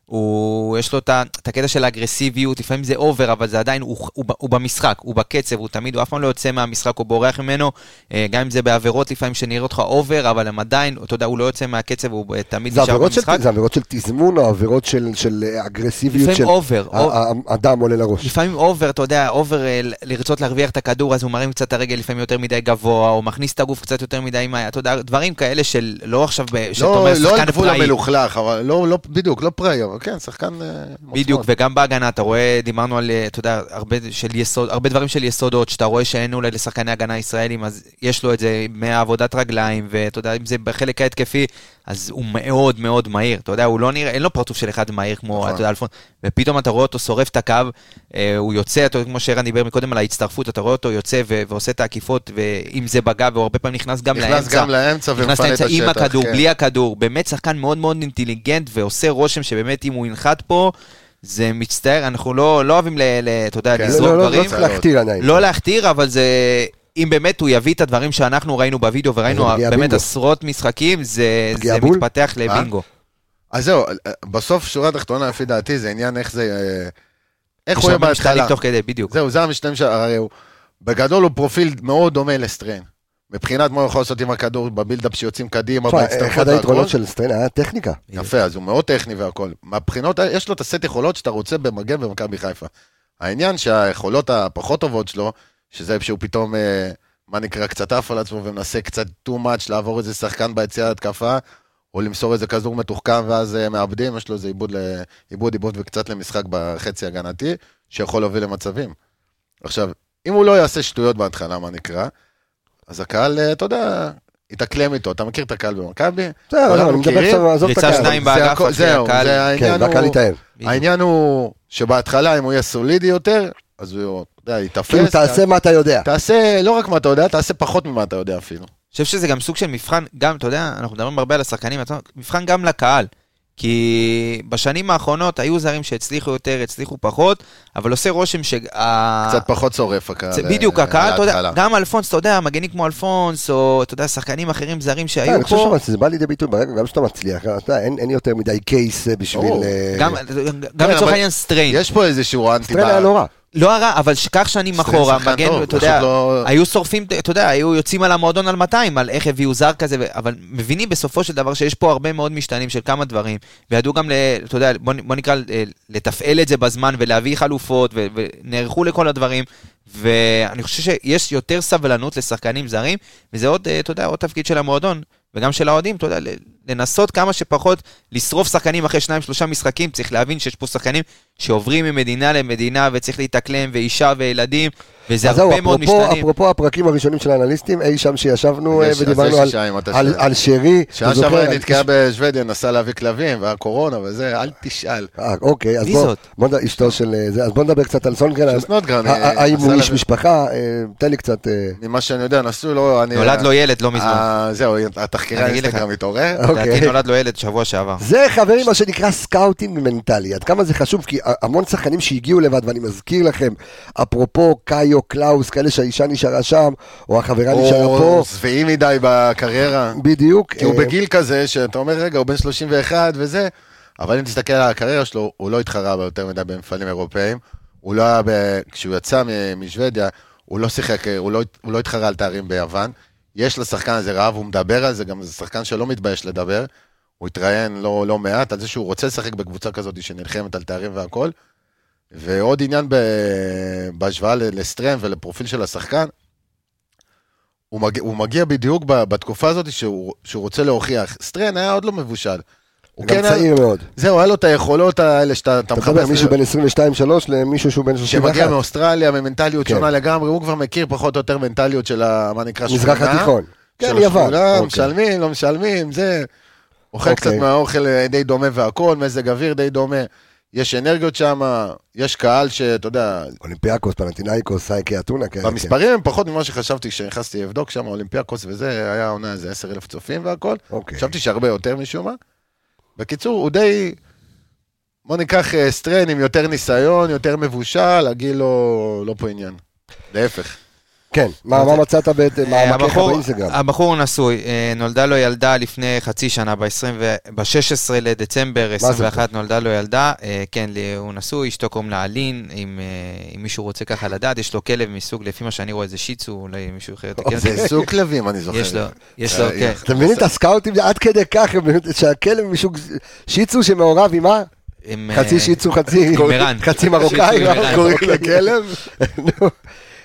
הוא, יש לו את ה- את הקטע של האגרסיביות, לפעמים זה אובר, אבל זה עדיין, הוא, הוא, ב- הוא במשחק, הוא בקצב, הוא תמיד, הוא אף פעם לא יוצא מהמשחק, הוא בורח ממנו, אה, גם אם זה בעבירות לפעמים שנראות לך אובר, אבל הם עדיין, אתה יודע, הוא לא יוצא מהקצב, הוא אה, תמיד זה נשאר עבירות, של, במשחק. זה עבירות של תזמון או עבירות של, של אה, אגרסיביות לפעמים של... אה, אובר, ה- ה- הדם עולה לראש. לפעמים אובר, אתה יודע, אובר אה, ל- לרצות להרוויח את הכדור, אז הוא מרים קצת את הרגל לפעמים יותר מדי גבוה, או מכניס את הגוף קצת יותר מדי, עם ה- אתה יודע, דברים כאלה של לא עכשיו, ב- שאתה לא, אומר לא על שחקן גבול פראי. המלוכלך, אבל לא, לא, בדיוק, לא פראי, אבל כן, שחקן... אה, עם בדיוק, עוצמות. וגם בהגנה, אתה רואה, דיברנו על, אה, אתה יודע, הרבה, של יסוד, הרבה דברים של יסודות, שאתה רואה שאין אולי לשחקני הגנה ישראלים, אז יש לו את זה מהעבודת רגליים, ואתה יודע, אם זה בחלק ההתקפי, אז הוא מאוד מאוד מהיר, אתה יודע, הוא לא נראה, אין לו פרצוף של אחד מהיר כמו, נכון. אתה יודע, אלפון, ופתאום אתה רואה אותו שורף את הקו, אה, הוא יוצא, אתה יודע, כמו שערן דיבר מקודם על ההצטרפות, אתה רואה אותו יוצא ו- ועושה את העקיפות, ואם זה בגב, הוא הרבה פעמים נכנס גם לאמצע. נכנס גם לאמצע נכנס ומפנה את לאמצע השטח. עם הכדור, כן. בלי הכדור. באמת שחקן מאוד מאוד אינטליגנט ועושה רושם שבאמת אם הוא ינחת פה, זה מצטער, אנחנו לא, לא אוהבים, ל, ל, אתה יודע, כן. לזרוק לא, לא, לא דברים. צריך להכתיר עדיין. לא להכתיר, אבל זה... אם באמת הוא יביא את הדברים שאנחנו ראינו בווידאו וראינו זה פגיעה באמת בינגו. עשרות משחקים, זה פגיעה זה בול? אה? מתפתח לבינגו. אז זהו, אה, בסוף, שורה תחתונה, לפי דעתי, זה עניין איך זה... אה, איך יש הוא יהיה הרבה משתנים בהתחלה. תוך כדי, בדיוק. זהו, זה המשתלם של... הרי הוא... בגדול הוא פרופיל מאוד דומה לסטריין. מבחינת מה הוא יכול לעשות עם הכדור בבילדאפ שיוצאים קדימה, לא תשמע, בהצטרפות אחד והכל. היתרונות נכון? של סטריין היה טכניקה. כן. יפה, אז הוא מאוד טכני והכל. מהבחינות, האלה, יש לו את הסט יכולות שאתה רוצה במגן במכבי חיפה. העניין שהיכולות הפחות טובות שלו, שזה איפה שהוא פתאום, אה, מה נקרא, קצת עף על עצמו ומנסה קצת too much לעבור איזה שחקן ביציע ההתקפה, או למסור איזה כדור מתוחכם ואז אה, מאבדים, יש לו איזה עיבוד, ל- עיבוד, עיבוד וקצת למשחק בחצי הגנתי, שיכול להוביל למצבים. עכשיו, אם הוא לא יעשה שטויות בהתחלה, מה נקרא, אז הקהל, אה, אתה יודע, יתאקלם איתו. אתה מכיר את הקהל במכבי? בסדר, עזוב, כולם אני מדבר מכירים? עכשיו, עזוב את ריצה הקהל. שניים כן, זה באגף, הכל- אחי, זהו, הקהל- זה כן, העניין והקהל הוא... התאהב. בדיוק. העניין הוא שבהתחלה, אם הוא יהיה סולידי יותר, אז הוא, אתה יודע, ייתפס. כן. כאילו, תעשה מה אתה יודע. תעשה לא רק מה אתה יודע, תעשה פחות ממה אתה יודע אפילו. אני חושב שזה גם סוג של מבחן, גם, אתה יודע, אנחנו מדברים הרבה על השחקנים, עצמם, מבחן גם לקהל. כי בשנים האחרונות היו זרים שהצליחו יותר, הצליחו פחות, אבל עושה רושם ש... קצת פחות שורף הקהל. זה בדיוק, אה, הקהל, אתה יודע, להתחלה. גם אלפונס, אתה יודע, מגנים כמו אלפונס, או אתה יודע, שחקנים אחרים זרים אני אה, שהיו חושב פה, שזה בא לידי ביטוי ברגע, גם כשאתה מצליח, אתה יודע, אין אין יותר מדי קייס אה, בשביל... ברור. אה, גם גם כן, לצורך אבל- העניין סטריין. יש פה איזשהו אנטי... סטריין היה לא רע. לא הרע, אבל שכח שנים סטריין אחורה, שחקן מגן, טוב, אתה יודע, פשוט לא- היו שורפים, אתה יודע, היו יוצאים על המועדון על 200, על איך הביאו זר כזה, ו- אבל מבינים בסופו של דבר שיש פה הרבה מאוד משתנים של כמה דברים, וידעו גם, ל- אתה יודע, בוא נ- בוא נקרא, אה, לתפעל את זה בזמן ולהביא חלופות, ו- ונערכו לכל הדברים, ואני חושב שיש יותר סבלנות לשחקנים זרים, וזה עוד, אה, אתה יודע, עוד תפקיד של המועדון, וגם של האוהדים, אתה יודע, ל- לנסות כמה שפחות לשרוף שחקנים אחרי שניים, שלושה משחקים, צריך להבין שיש פה שחקנים שעוברים ממדינה למדינה, וצריך להתאקלם, ואישה וילדים, וזה אז זהו, הרבה מאוד אפרופו- משתנים. אפרופו הפרקים הראשונים של האנליסטים, אי שם שישבנו אה, יש- אז ודיברנו יש על- שעה עם התשע. על- על שרי. שעה אתה זוכר? שעברה היא על- נתקעה בשוודיה, נסעה להביא כלבים, והקורונה וזה, אל תשאל. אה, אוקיי, אז מי בוא, זאת? בוא נד- אשתו של אה, זה, אז בוא נדבר קצת על סונגרן, של סנודגרן, ה- ה- אה, האם הוא עשה איש לב- משפחה, אה, תן לי קצת, אה, ממה שאני יודע, נסעו לו... אני- נולד לו ילד לא מזמן. אה, זהו, התחקירי אני אגיד לך. האינסטגרם התעורר. אוקיי. לדעתי נולד לו ילד שבוע שעבר. זה חברים מה שנקרא סקאוטינג מנטלי, עד כמה זה חשוב, כי המון שחקנים שהגיעו לבד, ואני מזכיר לכם, אפרופו קאיו קלאוס, כאלה שהאישה נשארה שם, או החברה נשארה פה, או שבעי מדי בקריירה. בדיוק, כי הוא אה, בגיל כזה, שאתה אומר, רגע, הוא בן 31 וזה, אבל אם תסתכל על הקריירה שלו, הוא לא התחרה ביותר מדי במפעלים אירופאיים. הוא לא היה, ב... כשהוא יצא מ- משוודיה, הוא לא שיחק, הוא לא, הוא לא התחרה על תארים ביוון. יש לשחקן הזה רעב, הוא מדבר על זה, גם זה שחקן שלא מתבייש לדבר. הוא התראיין לא, לא מעט על זה שהוא רוצה לשחק בקבוצה כזאת שנלחמת על תארים והכל. ועוד עניין ב... בהשוואה ל- לסטרם ולפרופיל של השחקן, הוא מגיע, הוא מגיע בדיוק ב- בתקופה הזאת שהוא, שהוא רוצה להוכיח. סטרן היה עוד לא מבושל. הוא גם כן היה- צעיר מאוד, זהו, היה לו את היכולות האלה שאתה אתה אתה מדבר מחפש, מישהו בין 22-3 למישהו שהוא בן 31, שמגיע מאוסטרליה ממנטליות כן. שונה לגמרי, הוא כבר מכיר פחות או יותר מנטליות של ה- מה נקרא מזרח התיכון, כן של יוון, השכונה, אוקיי. משלמים, לא משלמים, זה... אוכל אוקיי. קצת מהאוכל אה, די דומה והכל, מזג אוויר די דומה. יש אנרגיות שם, יש קהל שאתה יודע, אולימפיאקוס, פלנטינאיקוס, סייקי אתונה, כן, כאלה, במספרים הם פחות ממה שחשבתי כשנכנסתי לבדוק שם, אולימפיאקוס וזה, היה עונה איזה 10 אלף צופים והכל. כן. אוקיי. חשבתי שהרבה יותר משום מה. בקיצור, הוא די... בוא ניקח אה, סטרן עם יותר ניסיון, יותר מבושל, הגיל לא, לא פה עניין. להפך. כן, מה מה מצאת במעמקיך הבחור- באינסטגרם? הבחור נשוי, אה, נולדה לו ילדה לפני חצי שנה, ב-16 לדצמבר זה 21 נולדה לו ילדה, אה, כן, לי- הוא נשוי, אשתו קוראים לה אלין, אם אה, אם מישהו רוצה ככה לדעת, יש לו כלב מסוג, לפי מה שאני רואה, זה שיצו, אולי מישהו אחר יתקן אותי. זה סוג כלבים, אני לא זוכר. אוקיי. יש לו, יש לו, אה, כן. אתה מבין את הסקאוטים עד כדי כך, הם באמת- שהכלב משוק שיצו שמעורב עם מה? עם, חצי אה, שיצו, חצי עם ערן. חצי שיצו מרוקאי, עם מה? ערן. קוראים לכלב. נו.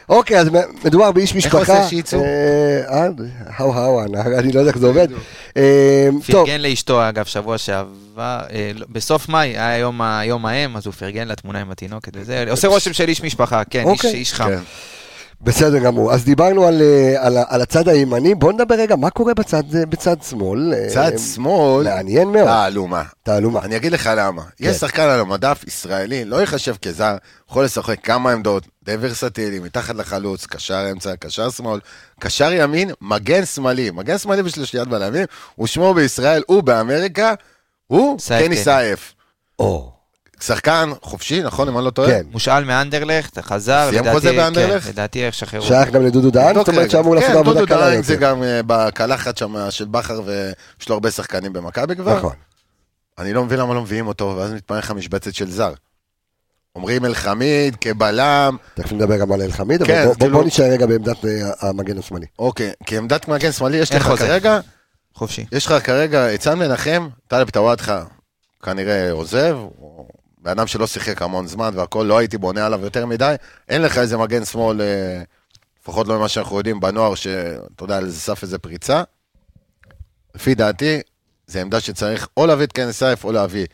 אוקיי, אז מדובר באיש משפחה. עושה שיצו? אה, אה, האו האו, אני- אני לא יודע איך זה עובד. אה, טוב, פרגן לאשתו, אגב, שבוע שעבר, אה, לא, בסוף מאי, היה יום ה- יום האם, אז הוא פרגן לה תמונה עם התינוקת וזה, עושה רושם של איש משפחה, כן, איש- אוקיי. איש חם. כן. בסדר גמור. אז דיברנו על, אה, על ה- על הצד הימני, בואו נדבר רגע, מה קורה בצד אה, בצד שמאל? אה, צד שמאל, מעניין מאוד. תעלומה. תעלומה. אני אגיד לך למה. כן. יש שחקן על המדף, ישראלי, לא ייחשב כזר, יכול לשחק כמה עמדות, די ורסטילי, מתחת לחלוץ, קשר אמצע, קשר שמאל, קשר ימין, מגן שמאלי. מגן שמאלי בשלישיית בלמים, הוא שמו בישראל, הוא באמריקה, הוא סייף קני קני. סייף. או. שחקן חופשי, נכון, אם אני לא טועה? כן. מושאל מאנדרלכט, חזר, סיים לדעתי- חוזה כן, באנדרלכט? לדעתי איך שחררו. שייך גם לדודו דהן, זאת נבדוק אומרת רגע. שאמור לעשות כן, עבודה דודו קלה דהן זה יותר. גם אה, בקלחת שם של בכר, ויש לו הרבה שחקנים במכבי כבר. נכון. אני לא מבין למה לא מביאים אותו, ואז מתפנה לך משבצת של זר. אומרים אלחמיד כבלם, תכף נדבר גם על אלחמיד, כן, אבל בוא- כאילו- בוא נשאר רגע בעמדת אה, המגן השמאלי. אוקיי, כי עמדת מגן שמאלי יש אין לך חוזה. כרגע, חופשי. יש לך כרגע את סן מנחם, טלב טוואטחה כנראה עוזב, הוא בן אדם שלא שיחק המון זמן והכל, לא הייתי בונה עליו יותר מדי, אין לך איזה מגן שמאל, אה, לפחות לא ממה שאנחנו יודעים בנוער, שאתה יודע, על סף איזה פריצה. לפי דעתי, זו עמדה שצריך או להביא את קן סייף או להביא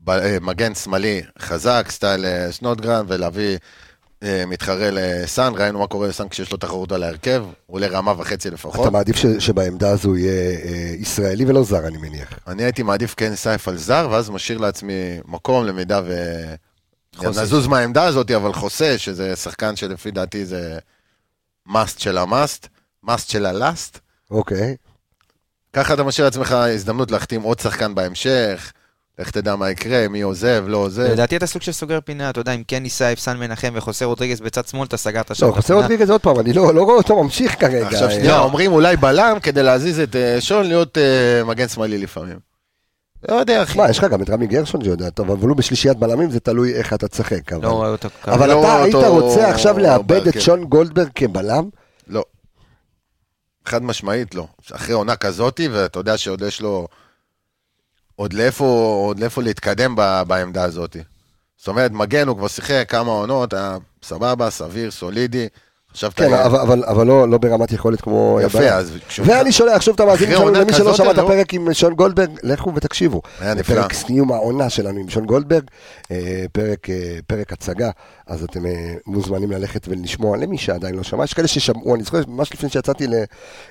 ב- אה, מגן שמאלי חזק, סטייל אה, סנודגרן, ולהביא אה, מתחרה לסאן, ראינו מה קורה לסאן כשיש לו תחרות על ההרכב, הוא עולה רמה וחצי לפחות. אתה מעדיף ש- שבעמדה הזו יהיה אה, ישראלי ולא זר, אני מניח. אני הייתי מעדיף כן סייף על זר, ואז משאיר לעצמי מקום למידה ו... חוסה. נזוז מהעמדה הזאת, אבל חוסה, שזה שחקן שלפי דעתי זה must של המאסט, must של הלאסט. אוקיי. ככה אתה משאיר לעצמך הזדמנות להחתים עוד שחקן בהמשך, לך תדע מה יקרה, מי עוזב, לא עוזב. לדעתי אתה סוג של סוגר פינה, אתה יודע, עם קני סייף, סן מנחם וחוסה רודריגז בצד שמאל, אתה סגרת שם לא, את חוסר הפינה. רודריגז עוד פעם, אני לא לא רואה אותו ממשיך כרגע. עכשיו אה, שנייה, לא. אומרים אולי בלם כדי להזיז את אה, שון להיות אה, מגן שמאלי לפעמים. לא יודע, אחי. מה, יש לך גם את רמי גרשון שיודע טוב, אבל הוא בשלישיית בלמים, זה תלוי איך אתה תשחק. אבל- לא רואה אותו ככה. אבל לא אתה היית אותו רוצה עכשיו לאבד בהרכב. את שון גולדברג כבלם? לא. חד משמעית לא. אחרי עונה כזאתי, ואתה יודע שעוד יש לו... עוד לאיפה, עוד לאיפה להתקדם ב, בעמדה הזאת. זאת אומרת, מגן הוא כבר שיחק כמה עונות, היה סבבה, סביר, סולידי. חשבת... כן, אה, אבל- אבל אבל לא לא ברמת יכולת כמו... יפה, הבלם. אז כשהוא- ואני שולח שוב את המאזינים אחרי שלנו, עונה למי שלא כזאת, שמע את לא? הפרק עם שון גולדברג, לכו ותקשיבו. היה זה נפלא. פרק סיום העונה שלנו עם שון גולדברג, אה, פרק, אה, פרק הצגה, אז אתם אה, מוזמנים ללכת ולשמוע למי שעדיין לא שמע. יש כאלה ששמעו, אני זוכר, ממש לפני שיצאתי ל-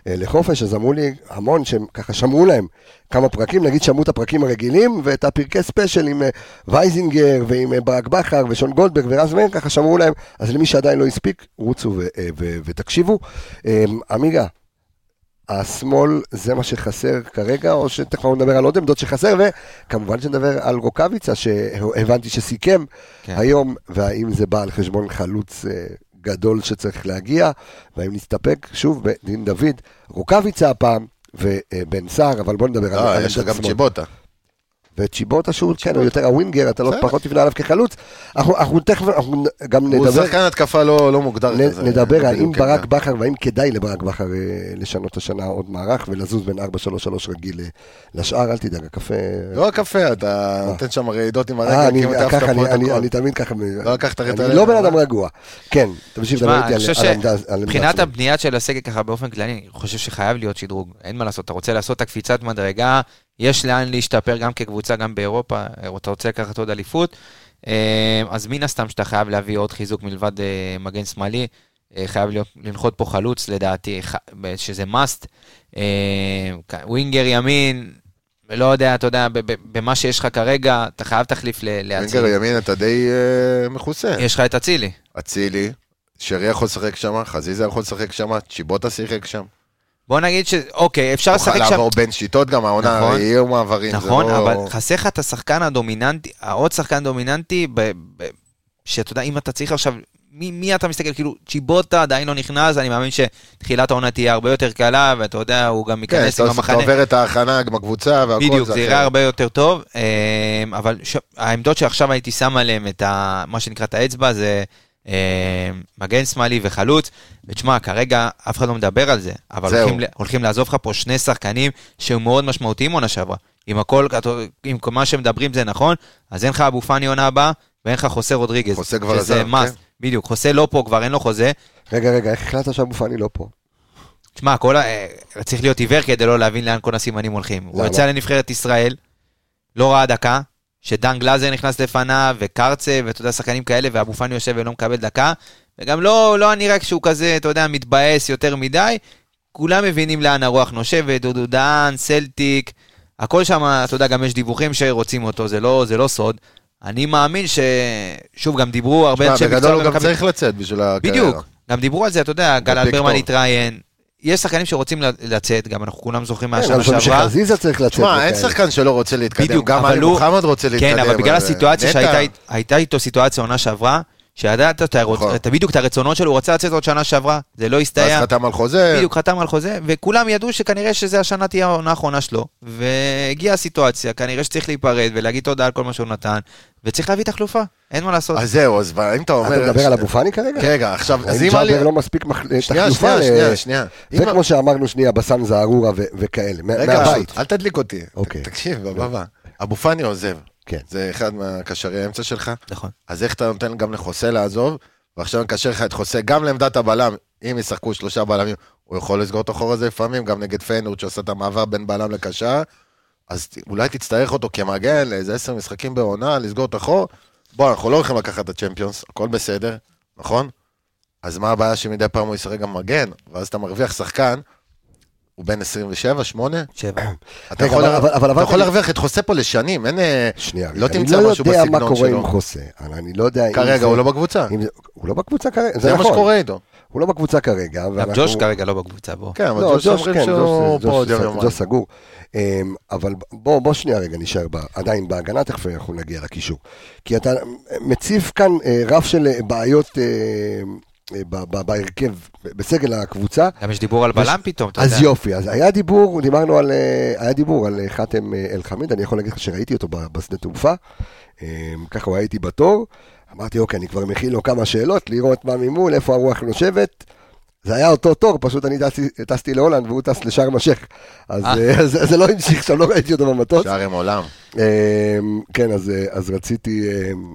אה, לחופש, אז אמרו לי המון שהם ככה שמעו להם כמה פרקים, נגיד שמעו את הפרקים הרגילים, ואת הפרקי ספיישל עם אה, וייזינגר ועם אה, ברק בכר ושון גולדברג ורז מאיר, ככה שמעו להם, אז למי שעדיין לא הספיק, רוצו ו- אה, ו- ותקשיבו. אה, עמיגה, השמאל זה מה שחסר כרגע, או שתכף אנחנו נדבר על עוד עמדות שחסר, וכמובן שנדבר על רוקאביצה, שהבנתי שסיכם כן. היום, והאם זה בא על חשבון חלוץ אה, גדול שצריך להגיע, והאם נסתפק שוב בדין דוד, רוקאביצה הפעם, ובן סער, אבל בוא נדבר על אה, על יש לך עמדת גם השמאל. צ'יבוטה. וצ'יבוטה שהוא, כן, הוא יותר הווינגר, אתה לא בסדר. פחות תבנה עליו כחלוץ. אנחנו אנחנו תכף, אנחנו גם הוא נדבר... שחקן התקפה לא, לא מוגדר נ- כזה. נדבר על אם בדיוק, ברק כן. בכר והאם כדאי לברק בכר אה, לשנות השנה עוד מערך ולזוז בין 433 רגיל אה, לשאר, אל תדאג, הקפה... לא הקפה, אתה נותן שם רעידות עם אה, הרגל, אני- כאילו אתה ככה, אני- אני- הכל. אני תמיד ככה... מ- לא לקחת את אני הלב, לא בן אבל- אדם רגוע. כן, תמשיך לדבר תשמע, איתי אני על חושב על העמדה על העמדה שמבחינת עצמה. הבניית של הסגל ככה באופן כללי, אני חושב שחייב להיות שדרוג, אין מה לעשות, אתה רוצה לעשות את הקפיצת מדרגה, יש לאן להשתפר גם כקבוצה, גם באירופה, אתה רוצה לקחת עוד אליפות, אה, אז מן הסתם שאתה חייב להביא עוד חיזוק מלבד אה, מגן שמאלי, אה, חייב להיות- לנחות פה חלוץ לדעתי, ח- שזה must, אה, כ- ווינגר ימין, לא יודע, אתה יודע, ב- ב- במה שיש לך כרגע, אתה חייב תחליף ל- וינגר לאצילי. ימין אתה די אה, מכוסה. יש לך את אצילי. אצילי, שרי יכול לשחק שם, חזיזה יכול לשחק שם, צ'יבוטה שיחק שם. בוא נגיד ש... אוקיי, אפשר הוא לשחק יכול שם... לעבור בין שיטות גם, העונה נכון. יהיו מעברים. זה נכון, לא- אבל חסר לך את השחקן הדומיננטי, העוד שחקן דומיננטי, ב, ב, שאתה יודע, אם אתה צריך עכשיו, מי, מי אתה מסתכל, כאילו, צ'יבוטה עדיין לא נכנס, אני מאמין שתחילת העונה תהיה הרבה יותר קלה, ואתה יודע, הוא גם כן, ייכנס אתה עם עושה- אתה המחנה. עובר את ההכנה עם הקבוצה והכל. בדיוק, זה יראה אחרת. הרבה יותר טוב, אמ, אבל ש- העמדות שעכשיו הייתי שם עליהן את ה- מה שנקרא את האצבע זה אמ, מגן שמאלי וחלוץ, ותשמע, כרגע אף אחד לא מדבר על זה, אבל זהו. הולכים ל- הולכים לעזוב לך פה שני שחקנים שהיו מאוד משמעותיים עונה שעברה. אם הכל, אתה- אם כל מה שמדברים זה נכון, אז אין לך אבו פאני עונה הבאה, ואין לך חוסה רודריגז. חוסה כבר שזה עזב, כן. must. בדיוק, חוסה לא פה, כבר אין לו חוזה. רגע, רגע, איך החלטת שאבו פאני לא פה? תשמע, כל ה... אה, צריך להיות עיוור כדי לא להבין לאן כל הסימנים הולכים. לא, הוא למה? יצא לנבחרת ישראל, לא ראה דקה, שדן גלאזר נכנס לפניו, וקרצה, ואתה יודע, שחקנים כאלה, ואבו פאני יושב ולא מקבל דקה, וגם לא, לא נראה כשהוא כזה, אתה יודע, מתבאס יותר מדי, כולם מבינים לאן הרוח נושבת, דודו דהן, סלטיק, הכל שם, אתה יודע, גם יש דיווחים שרוצים אותו, זה לא, זה לא סוד. אני מאמין ש... שוב, גם דיברו הרבה שמע, אנשי מקצוע בגדול הוא גם במכבי- צריך לצאת בשביל הקריירה. בדיוק, גם דיברו על זה, אתה יודע, גל וטיקטוק. אלברמן התראיין, יש שחקנים שרוצים ל- לצאת, גם אנחנו כולם זוכרים כן, מהשנה גם שם שעברה. שחזיזה צריך לצאת. כן. תשמע, אין וכאלה. שחקן שלא רוצה להתקדם, בדיוק, גם אבל עלי הוא- מוחמד רוצה להתקדם. כן, אבל בגלל אז, הסיטואציה נטע, שהייתה אית- הייתה איתו סיטואציה עונה שעברה, שידעת את הרוצ- נכון. את- בדיוק את הרצונות שלו, הוא רצה לצאת עוד שנה שעברה, זה לא הסתייע. ואז חתם על חוזה, בדיוק, חתם על חוזה, וכולם ידעו שכנראה שזה השנה תהיה העונה האחרונה שלו, והגיעה הסיטואציה, כנראה שצריך להיפרד ולהגיד תודה על כל מה שהוא נתן, וצריך להביא תחלופה, אין מה לעשות. אז זהו, אז אם אתה אומר... כן, אתה מדבר על אבו פאני כרגע? רגע, עכשיו, אז האם אם עלי... ג'אבר לא מספיק מח- שנייה, תחלופה? שנייה, ל- שנייה, שנייה. זה אם- כמו שאמרנו שנייה, בסן זערורה ו- וכאלה, מה- רגע, מהבית. אל תדליק אותי. אוקיי. תקשיב, בבא. אבו פאני עוזב. כן. זה אחד מהקשרי האמצע שלך. נכון. אז איך אתה נותן גם לחוסה לעזוב, ועכשיו מקשר לך את חוסה גם לעמדת הבלם, אם ישחקו שלושה בלמים, הוא יכול לסגור את החור הזה לפעמים, גם נגד פיינורד שעושה את המעבר בין בלם לקשר, אז ת- אולי תצטרך אותו כמגן לאיזה עשר משחקים בעונה, לסגור את החור. בוא, אנחנו לא הולכים לקחת את הצ'מפיונס, הכל בסדר, נכון? אז מה הבעיה שמדי פעם הוא ישחק גם מגן, ואז אתה מרוויח שחקן, הוא בן 27, 8, שבע. אתה רגע, יכול אבל- לה- אבל- אבל אתה עברת יכול לי- להרוויח את חוסה פה לשנים, אין... אה, שנייה, לא רגע, אני תמצא לא משהו יודע מה בסגנון קורה עם שלו. חוסה. אני לא יודע אם כרגע זה- הוא לא בקבוצה. אם זה- הוא לא בקבוצה כרגע, זה מה שקורה איתו. הוא לא בקבוצה כרגע. גם ואנחנו- ג'וש כרגע לא בקבוצה, בוא. כן, אבל לא, ג'וש אומרים כן, שהוא ג'וש- פה עוד ג'וש- יום יומיים. ג'וש סגור. אמ, אבל בוא, בוא שנייה רגע נשאר בה, עדיין בהגנה, תכף אנחנו נגיע לקישור. כי אתה מציב כאן אה, רף של אה, בעיות אה, אה, ב- ב- בהרכב, בסגל הקבוצה. גם יש דיבור על בלם פתאום, אתה יודע. אז יופי, אז היה דיבור, דיברנו על, אה, היה דיבור על אה, חאתם אה, אל-חמיד, אני יכול להגיד לך שראיתי אותו ב- בשדה תעופה, אה, ככה הוא היה איתי בתור, אמרתי, אוקיי, אני כבר מכין לו כמה שאלות, לראות מה ממול, איפה הרוח נושבת. זה היה אותו תור, פשוט אני טסתי, טסתי להולנד והוא טס לשארם א-שייח. אז אה, זה, זה לא המשיך שם, לא ראיתי אותו במטוס. שער עם עולם. אמ, כן, אז, אה, אז רציתי, אמ,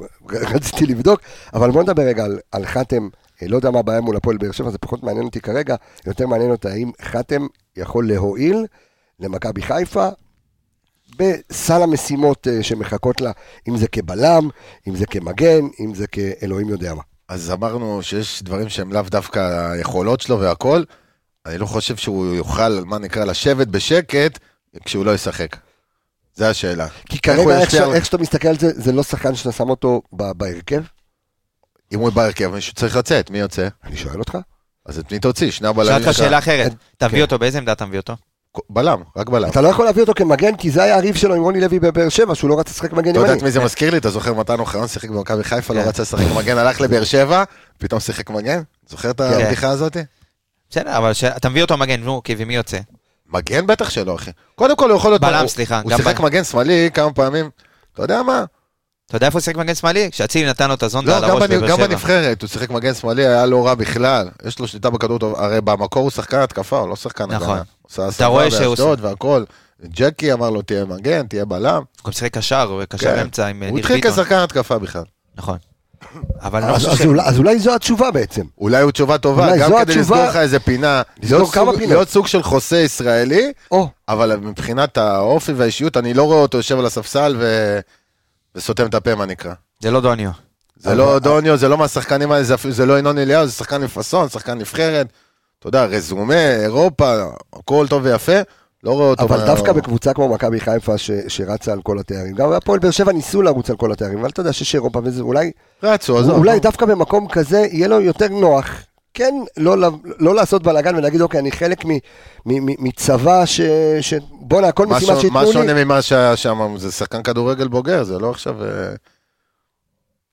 רציתי לבדוק, אבל בוא נדבר רגע על, על חתם, אה, לא יודע מה הבעיה מול הפועל באר שבע, זה פחות מעניין אותי כרגע, יותר מעניין אותה האם חתם יכול להועיל למכבי חיפה. בסל המשימות אה, שמחכות לה, אם זה כבלם, אם זה כמגן, אם זה כאלוהים יודע מה. אז אמרנו שיש דברים שהם לאו דווקא היכולות שלו והכל. אני לא חושב שהוא יוכל, מה נקרא, לשבת בשקט כשהוא לא ישחק. זו השאלה. כי איך הוא כרגע, איך, ש... ישפיע על- איך שאתה מסתכל על זה, זה לא שחקן שאתה שם אותו ב- בהרכב? אם הוא בהרכב, מישהו צריך לצאת, מי יוצא? אני שואל אותך. אז את מי תוציא? שני שאלת הבלמים אותך שאלה אחרת, כן. תביא אותו, באיזה עמדה אתה מביא אותו? בלם, רק בלם. אתה לא יכול להביא אותו כמגן, כי זה היה הריב שלו עם רוני לוי בבאר שבע, שהוא לא רץ לשחק מגן אתה ימני. יודע את מי זה מזכיר לי? אתה זוכר מתן אוחיון שיחק במכבי חיפה, לא כן. רצה לשחק מגן, הלך לבאר שבע, פתאום שיחק מגן? זוכר את כן. הבדיחה הזאת? בסדר, אבל ש- אתה מביא אותו מגן, נו, כי ומי יוצא? מגן בטח שלא, אחי. קודם כל הוא יכול להיות... בלם, הוא- סליחה, הוא גם שיחק בלם. מגן שמאלי כמה פעמים. אתה יודע מה? אתה יודע איפה הוא שיחק מגן שמאלי? כשאצילי נתן לו את הזונדה על לא, גם, הראש בנ... בבאר גם שבע. בנבחרת, הוא שיחק מגן שמאלי, היה לא רע בכלל. יש לו שליטה בכדור טוב, הרי במקור הוא שחקן התקפה, הוא לא שחקן נכון. הגנה. הוא עושה הסבה רואה שהוא באשדוד והכל. ג'קי אמר לו, תהיה מגן, תהיה בלם. הוא גם שיחק קשר, קשר כן. אמצע עם אה, הוא ניר התחיל ביטון. כשחקן התקפה בכלל. נכון. אבל אני אז- לא חושב אז ש... אולי- אז אולי זו התשובה בעצם. אולי הוא תשובה טובה, אולי גם זו כדי התשובה- לסגור לך איזה פינה. לסגור להיות כמה סוג- פינות. להיות סוג של חוסה ישראלי, או, אבל מבחינת האופי והאישיות, אני לא רואה אותו יושב על הספסל ו... וסותם את הפה, מה נקרא. זה לא דוניו. זה לא דוניו, זה לא מהשחקנים האלה, זה אפילו- זה לא ינון אליהו, זה שחקן עם פאסון, שחקן נבחרת. אתה יודע, רזומה, אירופה, הכל טוב ויפה, לא רואה אותו. אבל מה- דווקא בקבוצה כמו מכבי חיפה ש- שרצה על כל התארים, גם הפועל באר שבע ניסו לרוץ על כל התארים, אבל אתה יודע שיש אירופה וזה, אולי- רצו, עזוב. אולי דווקא במקום כזה יהיה לו יותר נוח. כן, לא, ל- לא לעשות בלאגן ולהגיד, אוקיי, אני חלק מ- מ- מ- מצבא ש... ש... בואנה, הכל מה משימה שונה- מה שייתנו לי. שונה ממה שהיה שם, זה שחקן כדורגל בוגר, זה לא עכשיו... אה,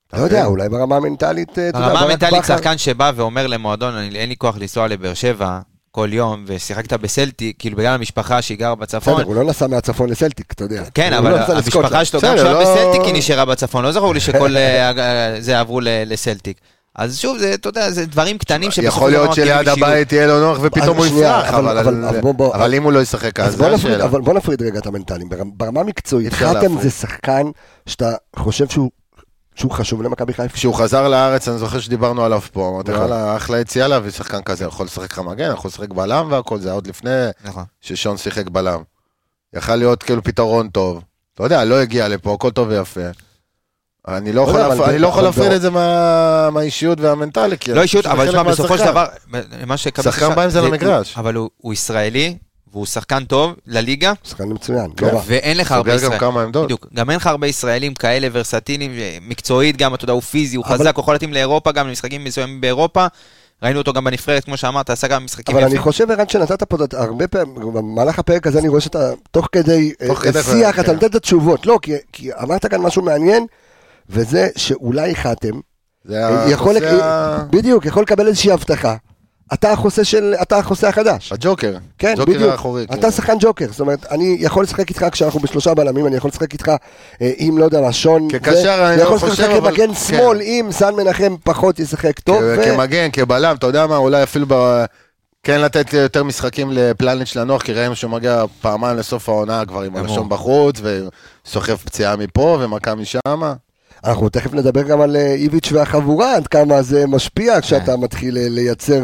אתה לא יודע, מבין? אולי ברמה המנטלית, אה, אתה יודע, ברמה ברק המנטלית, בכר- שחקן שבא ואומר למועדון, "אני- אין לי כוח לנסוע לבאר שבע כל יום, ושיחקת בסלטי, כאילו בגלל המשפחה שהיא גרה בצפון. בסדר, הוא לא נסע מהצפון לסלטיק, אתה יודע. נכון. כן, הוא אבל לא נסע המשפחה לסקוטלנד. שלו גם בסדר, כשהוא היה לא- בסלטיק היא נשארה בצפון, לא זכור לי שכל אה, אה, זה עברו ל- לסלטיק. אז שוב, זה, אתה יודע, זה דברים קטנים שבסופו יכול של דבר לא להיות מרכיבים שליד אישיות. הבית יהיה לו נוח ופתאום הוא שנייה, יפרח, אבל- אבל אבל- אבל- אבל בוא- בוא- אבל אם הוא לא ישחק, אז אז בוא זה נפריד, השאלה. אבל בוא נפריד רגע את המנטלים. ברמ- ברמה המקצועית, אי אפשר חתם להפריד. זה שחקן שאתה חושב שהוא- שהוא חשוב למכבי חיפה. כשהוא חזר לארץ, אני זוכר שדיברנו עליו פה, אמרתי לך, נכון. "וואלה, אחלה יציאה להביא שחקן כזה, יכול לשחק לך מגן, יכול לשחק בלם והכל, זה היה עוד לפני נכון. ששון שיחק בלם. יכל להיות כאילו פתרון טוב. אתה יודע, לא הגיע לפה, הכל טוב ויפה. אני לא לא יכול יודע, להפ- אבל- אני לא יכול אבל להפריד בא- את זה מה- מהאישיות והמנטלי. כי לא אני חושב אישיות, שזה אבל חלק תשמע, בסופו של מהשחקן. דבר, מה שקבל... שחקן בא עם זה למגרש. אבל הוא- הוא ישראלי, והוא שחקן טוב לליגה, שחקן מצוין, כן. לא רע. ואין לך הרבה סוגר ישראלים. גם כמה עמדות. בדיוק, גם אין לך הרבה ישראלים כאלה ורסטיליים, מקצועית גם, אתה יודע, הוא פיזי, הוא אבל- חזק, הוא יכול להתאים לאירופה, גם למשחקים מסוימים באירופה, ראינו אותו גם בנבחרת, כמו שאמרת, עשה גם משחקים כן, אבל אני חושב, ערן, שנתת פה את- הרבה פעמים, במהלך הפרק הזה אני רואה שאתה, תוך כדי אה, תוך כדי שיח, כן. אתה נותן את התשובות. לא, כי- כי אמרת כאן משהו מעניין, וזה שאולי חתם, זה אה, יכול, לק- אה, החוסה ה- בדיוק, יכול לקבל איזושהי הבטחה. אתה החוסה של, אתה החוסה החדש. הג'וקר. כן, ג'וקר בדיוק. האחורי, כן. אתה שחקן ג'וקר, זאת אומרת, אני יכול לשחק איתך כשאנחנו בשלושה בלמים, אני יכול לשחק איתך אה, עם, לא יודע מה, שון. כקשר, זה. אני לא יכול לשחק חושב, אבל- כמגן כן. שמאל, אם סן מנחם פחות ישחק טוב. כ- ו- כמגן, כבלם, אתה יודע מה, אולי אפילו ב... כן לתת יותר משחקים לפלנט של הנוח, כי ראינו שהוא מגיע פעמיים לסוף העונה כבר עם גמור. הלשון בחוץ, וסוחב פציעה מפה ומכה משם. אנחנו תכף נדבר גם על אה, איביץ' והחבורה, עד כמה זה כן. משפיע כשאתה מתחיל אה, לייצר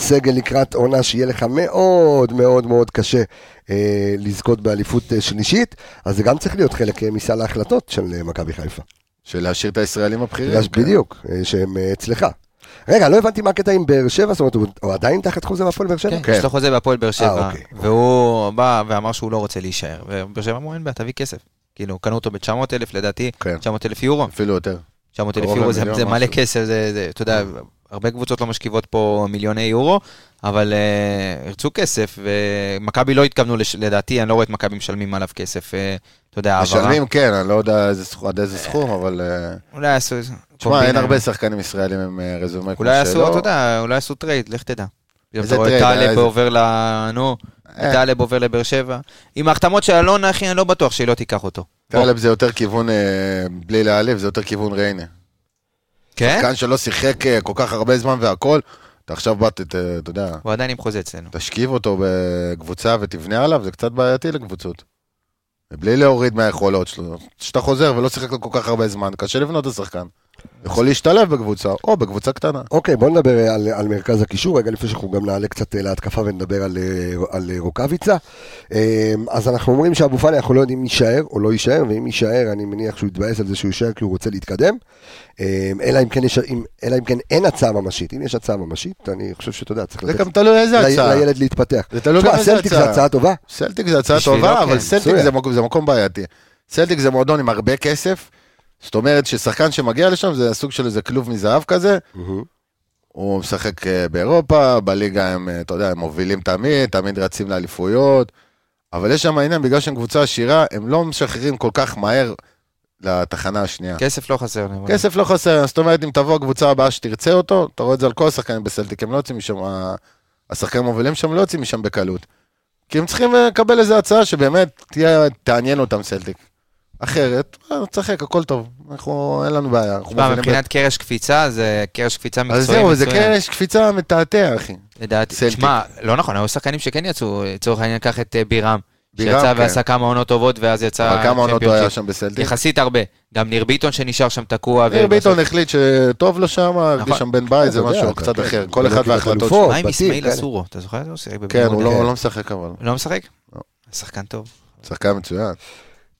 סגל לקראת עונה שיהיה לך מאוד מאוד מאוד קשה אה, לזכות באליפות אה, שלישית, אז זה גם צריך להיות חלק אה, מסל ההחלטות של אה, מכבי חיפה. של להשאיר את הישראלים הבכירים. כן, בגלל ש- בדיוק, אה, שהם אה, אצלך. רגע, לא הבנתי מה הקטע עם באר שבע, זאת אומרת, הוא- הוא עדיין תחת חוזה בהפועל באר שבע? כן, יש לו חוזה בהפועל באר אה, שבע, אוקיי. והוא בא ואמר שהוא לא רוצה להישאר, ובאר שבע אמרו אין בעיה, תביא כסף. כאילו, קנו אותו ב-900 אלף לדעתי, כן. 900 אלף יורו. אפילו יותר. 900 אלף קרוב יורו זה, למיליון זה מלא משהו. כסף, זה, זה, אתה יודע, הרבה קבוצות לא משכיבות פה מיליוני יורו, אבל uh, הרצו כסף, ומכבי לא התכוונו, לש, לדעתי, אני לא רואה את מכבי משלמים עליו כסף, uh, אתה יודע, העברה. משלמים, כן, אני לא יודע איזה סכום- עד איזה סכום, אבל... אה, אולי יעשו איזה... תשמע, אין הרבה שחקנים ישראלים עם אה, רזומה כמו אולי יעשו, שלו. אתה יודע, אולי יעשו טרייד, לך תדע. איזה אתה רואה טרייד? אה, טלב איזה- עובר ל... נו, אה. טלב עובר לבאר שבע. עם ההחתמות של אלונה, אחי, אני לא בטוח שהיא לא תיקח אותו. טלב זה יותר כיוון, אה, בלי להעליב, זה יותר כיוון ריינה. כן? כאן שלא שיחק אה, כל כך הרבה זמן והכל, אתה עכשיו בא, ת- ת- אתה יודע, הוא עדיין עם חוזה אצלנו. תשכיב אותו בקבוצה ותבנה עליו, זה קצת בעייתי לקבוצות. ובלי להוריד מהיכולות שלו. כשאתה חוזר ולא שיחק לו כל כך הרבה זמן, קשה לבנות את השחקן. יכול להשתלב בקבוצה, או בקבוצה קטנה. אוקיי, בוא נדבר אה, על, על מרכז הקישור, רגע לפני שאנחנו גם נעלה קצת אה, להתקפה ונדבר על, אה, על אה, רוקאביצה. אה, אז אנחנו אומרים שאבו פאני, אנחנו לא יודעים אם יישאר או לא יישאר, ואם יישאר, אני מניח שהוא יתבאס על זה שהוא יישאר כי הוא רוצה להתקדם. אה, אלא אם כן, יש, אם, אלא אם כן אין הצעה ממשית. אם יש הצעה ממשית, אני חושב שאתה יודע, צריך זה גם תלוי איזה ל- הצעה. לילד להתפתח. זה תלוי תשמע, גם איזה סלטיק זו הצעה. הצעה טובה. סלטיק זה הצעה בשבילו, טובה, כן, אבל סלטיק מצוין. זה מקום- זה מקום בעייתי. סלטיק זה מועדון עם הרבה כסף, זאת אומרת ששחקן שמגיע לשם זה סוג של איזה כלוב מזהב כזה, הוא משחק אה, באירופה, בליגה הם, אה, אתה יודע, הם מובילים תמיד, תמיד רצים לאליפויות, אבל יש שם עניין, בגלל שהם קבוצה עשירה, הם לא משחררים כל כך מהר לתחנה השנייה. כסף לא חסר. אני אומר. כסף לא חסר, זאת אומרת, אם תבוא הקבוצה הבאה שתרצה אותו, אתה רואה את זה על כל השחקנים בסלטיק, הם לא יוצאים משם, ה- השחקנים המובילים שם לא יוצאים משם בקלות. כי הם צריכים אה, לקבל איזו הצעה שבאמת תהיה, תעניין אותם סלטיק. אחרת, אה, תשחק, הכל טוב. אנחנו, אין לנו בעיה, אנחנו תשמע, מובילים. ב- מבחינת קרש קפיצה, זה קרש קפיצה אז מקצועי זהו, זה מצוין. אה, כן, יש קפיצה מתעתע, אחי. לדעתי, סלטיק. תשמע, לא נכון, היו שחקנים שכן יצאו, לצורך העניין, קח את אה, בירם. בירם, שיצא כן. ועשה כמה עונות טובות, ואז יצא... אבל כמה עונות הוא היה צ'מפיונשיפ. שם בסלטיק? יחסית הרבה. גם ניר ביטון שנשאר שם תקוע. ניר ובסוף- ביטון החליט שטוב לו שם, הביא נכון. שם בן בית, זה אתה יודע, משהו אתה- קצת כן, אחר. הוא כל לא אחד קיבל וההחלטות שלו. אלופות. מה עם בתים, אסמאעיל כאלה. אסורו? אתה זוכר? לא, הוא שיחק בבני כן, הוא לא- יהודה. הוא לא משחק אבל. הוא לא משחק? לא. שחקן טוב. שחקן מצוין.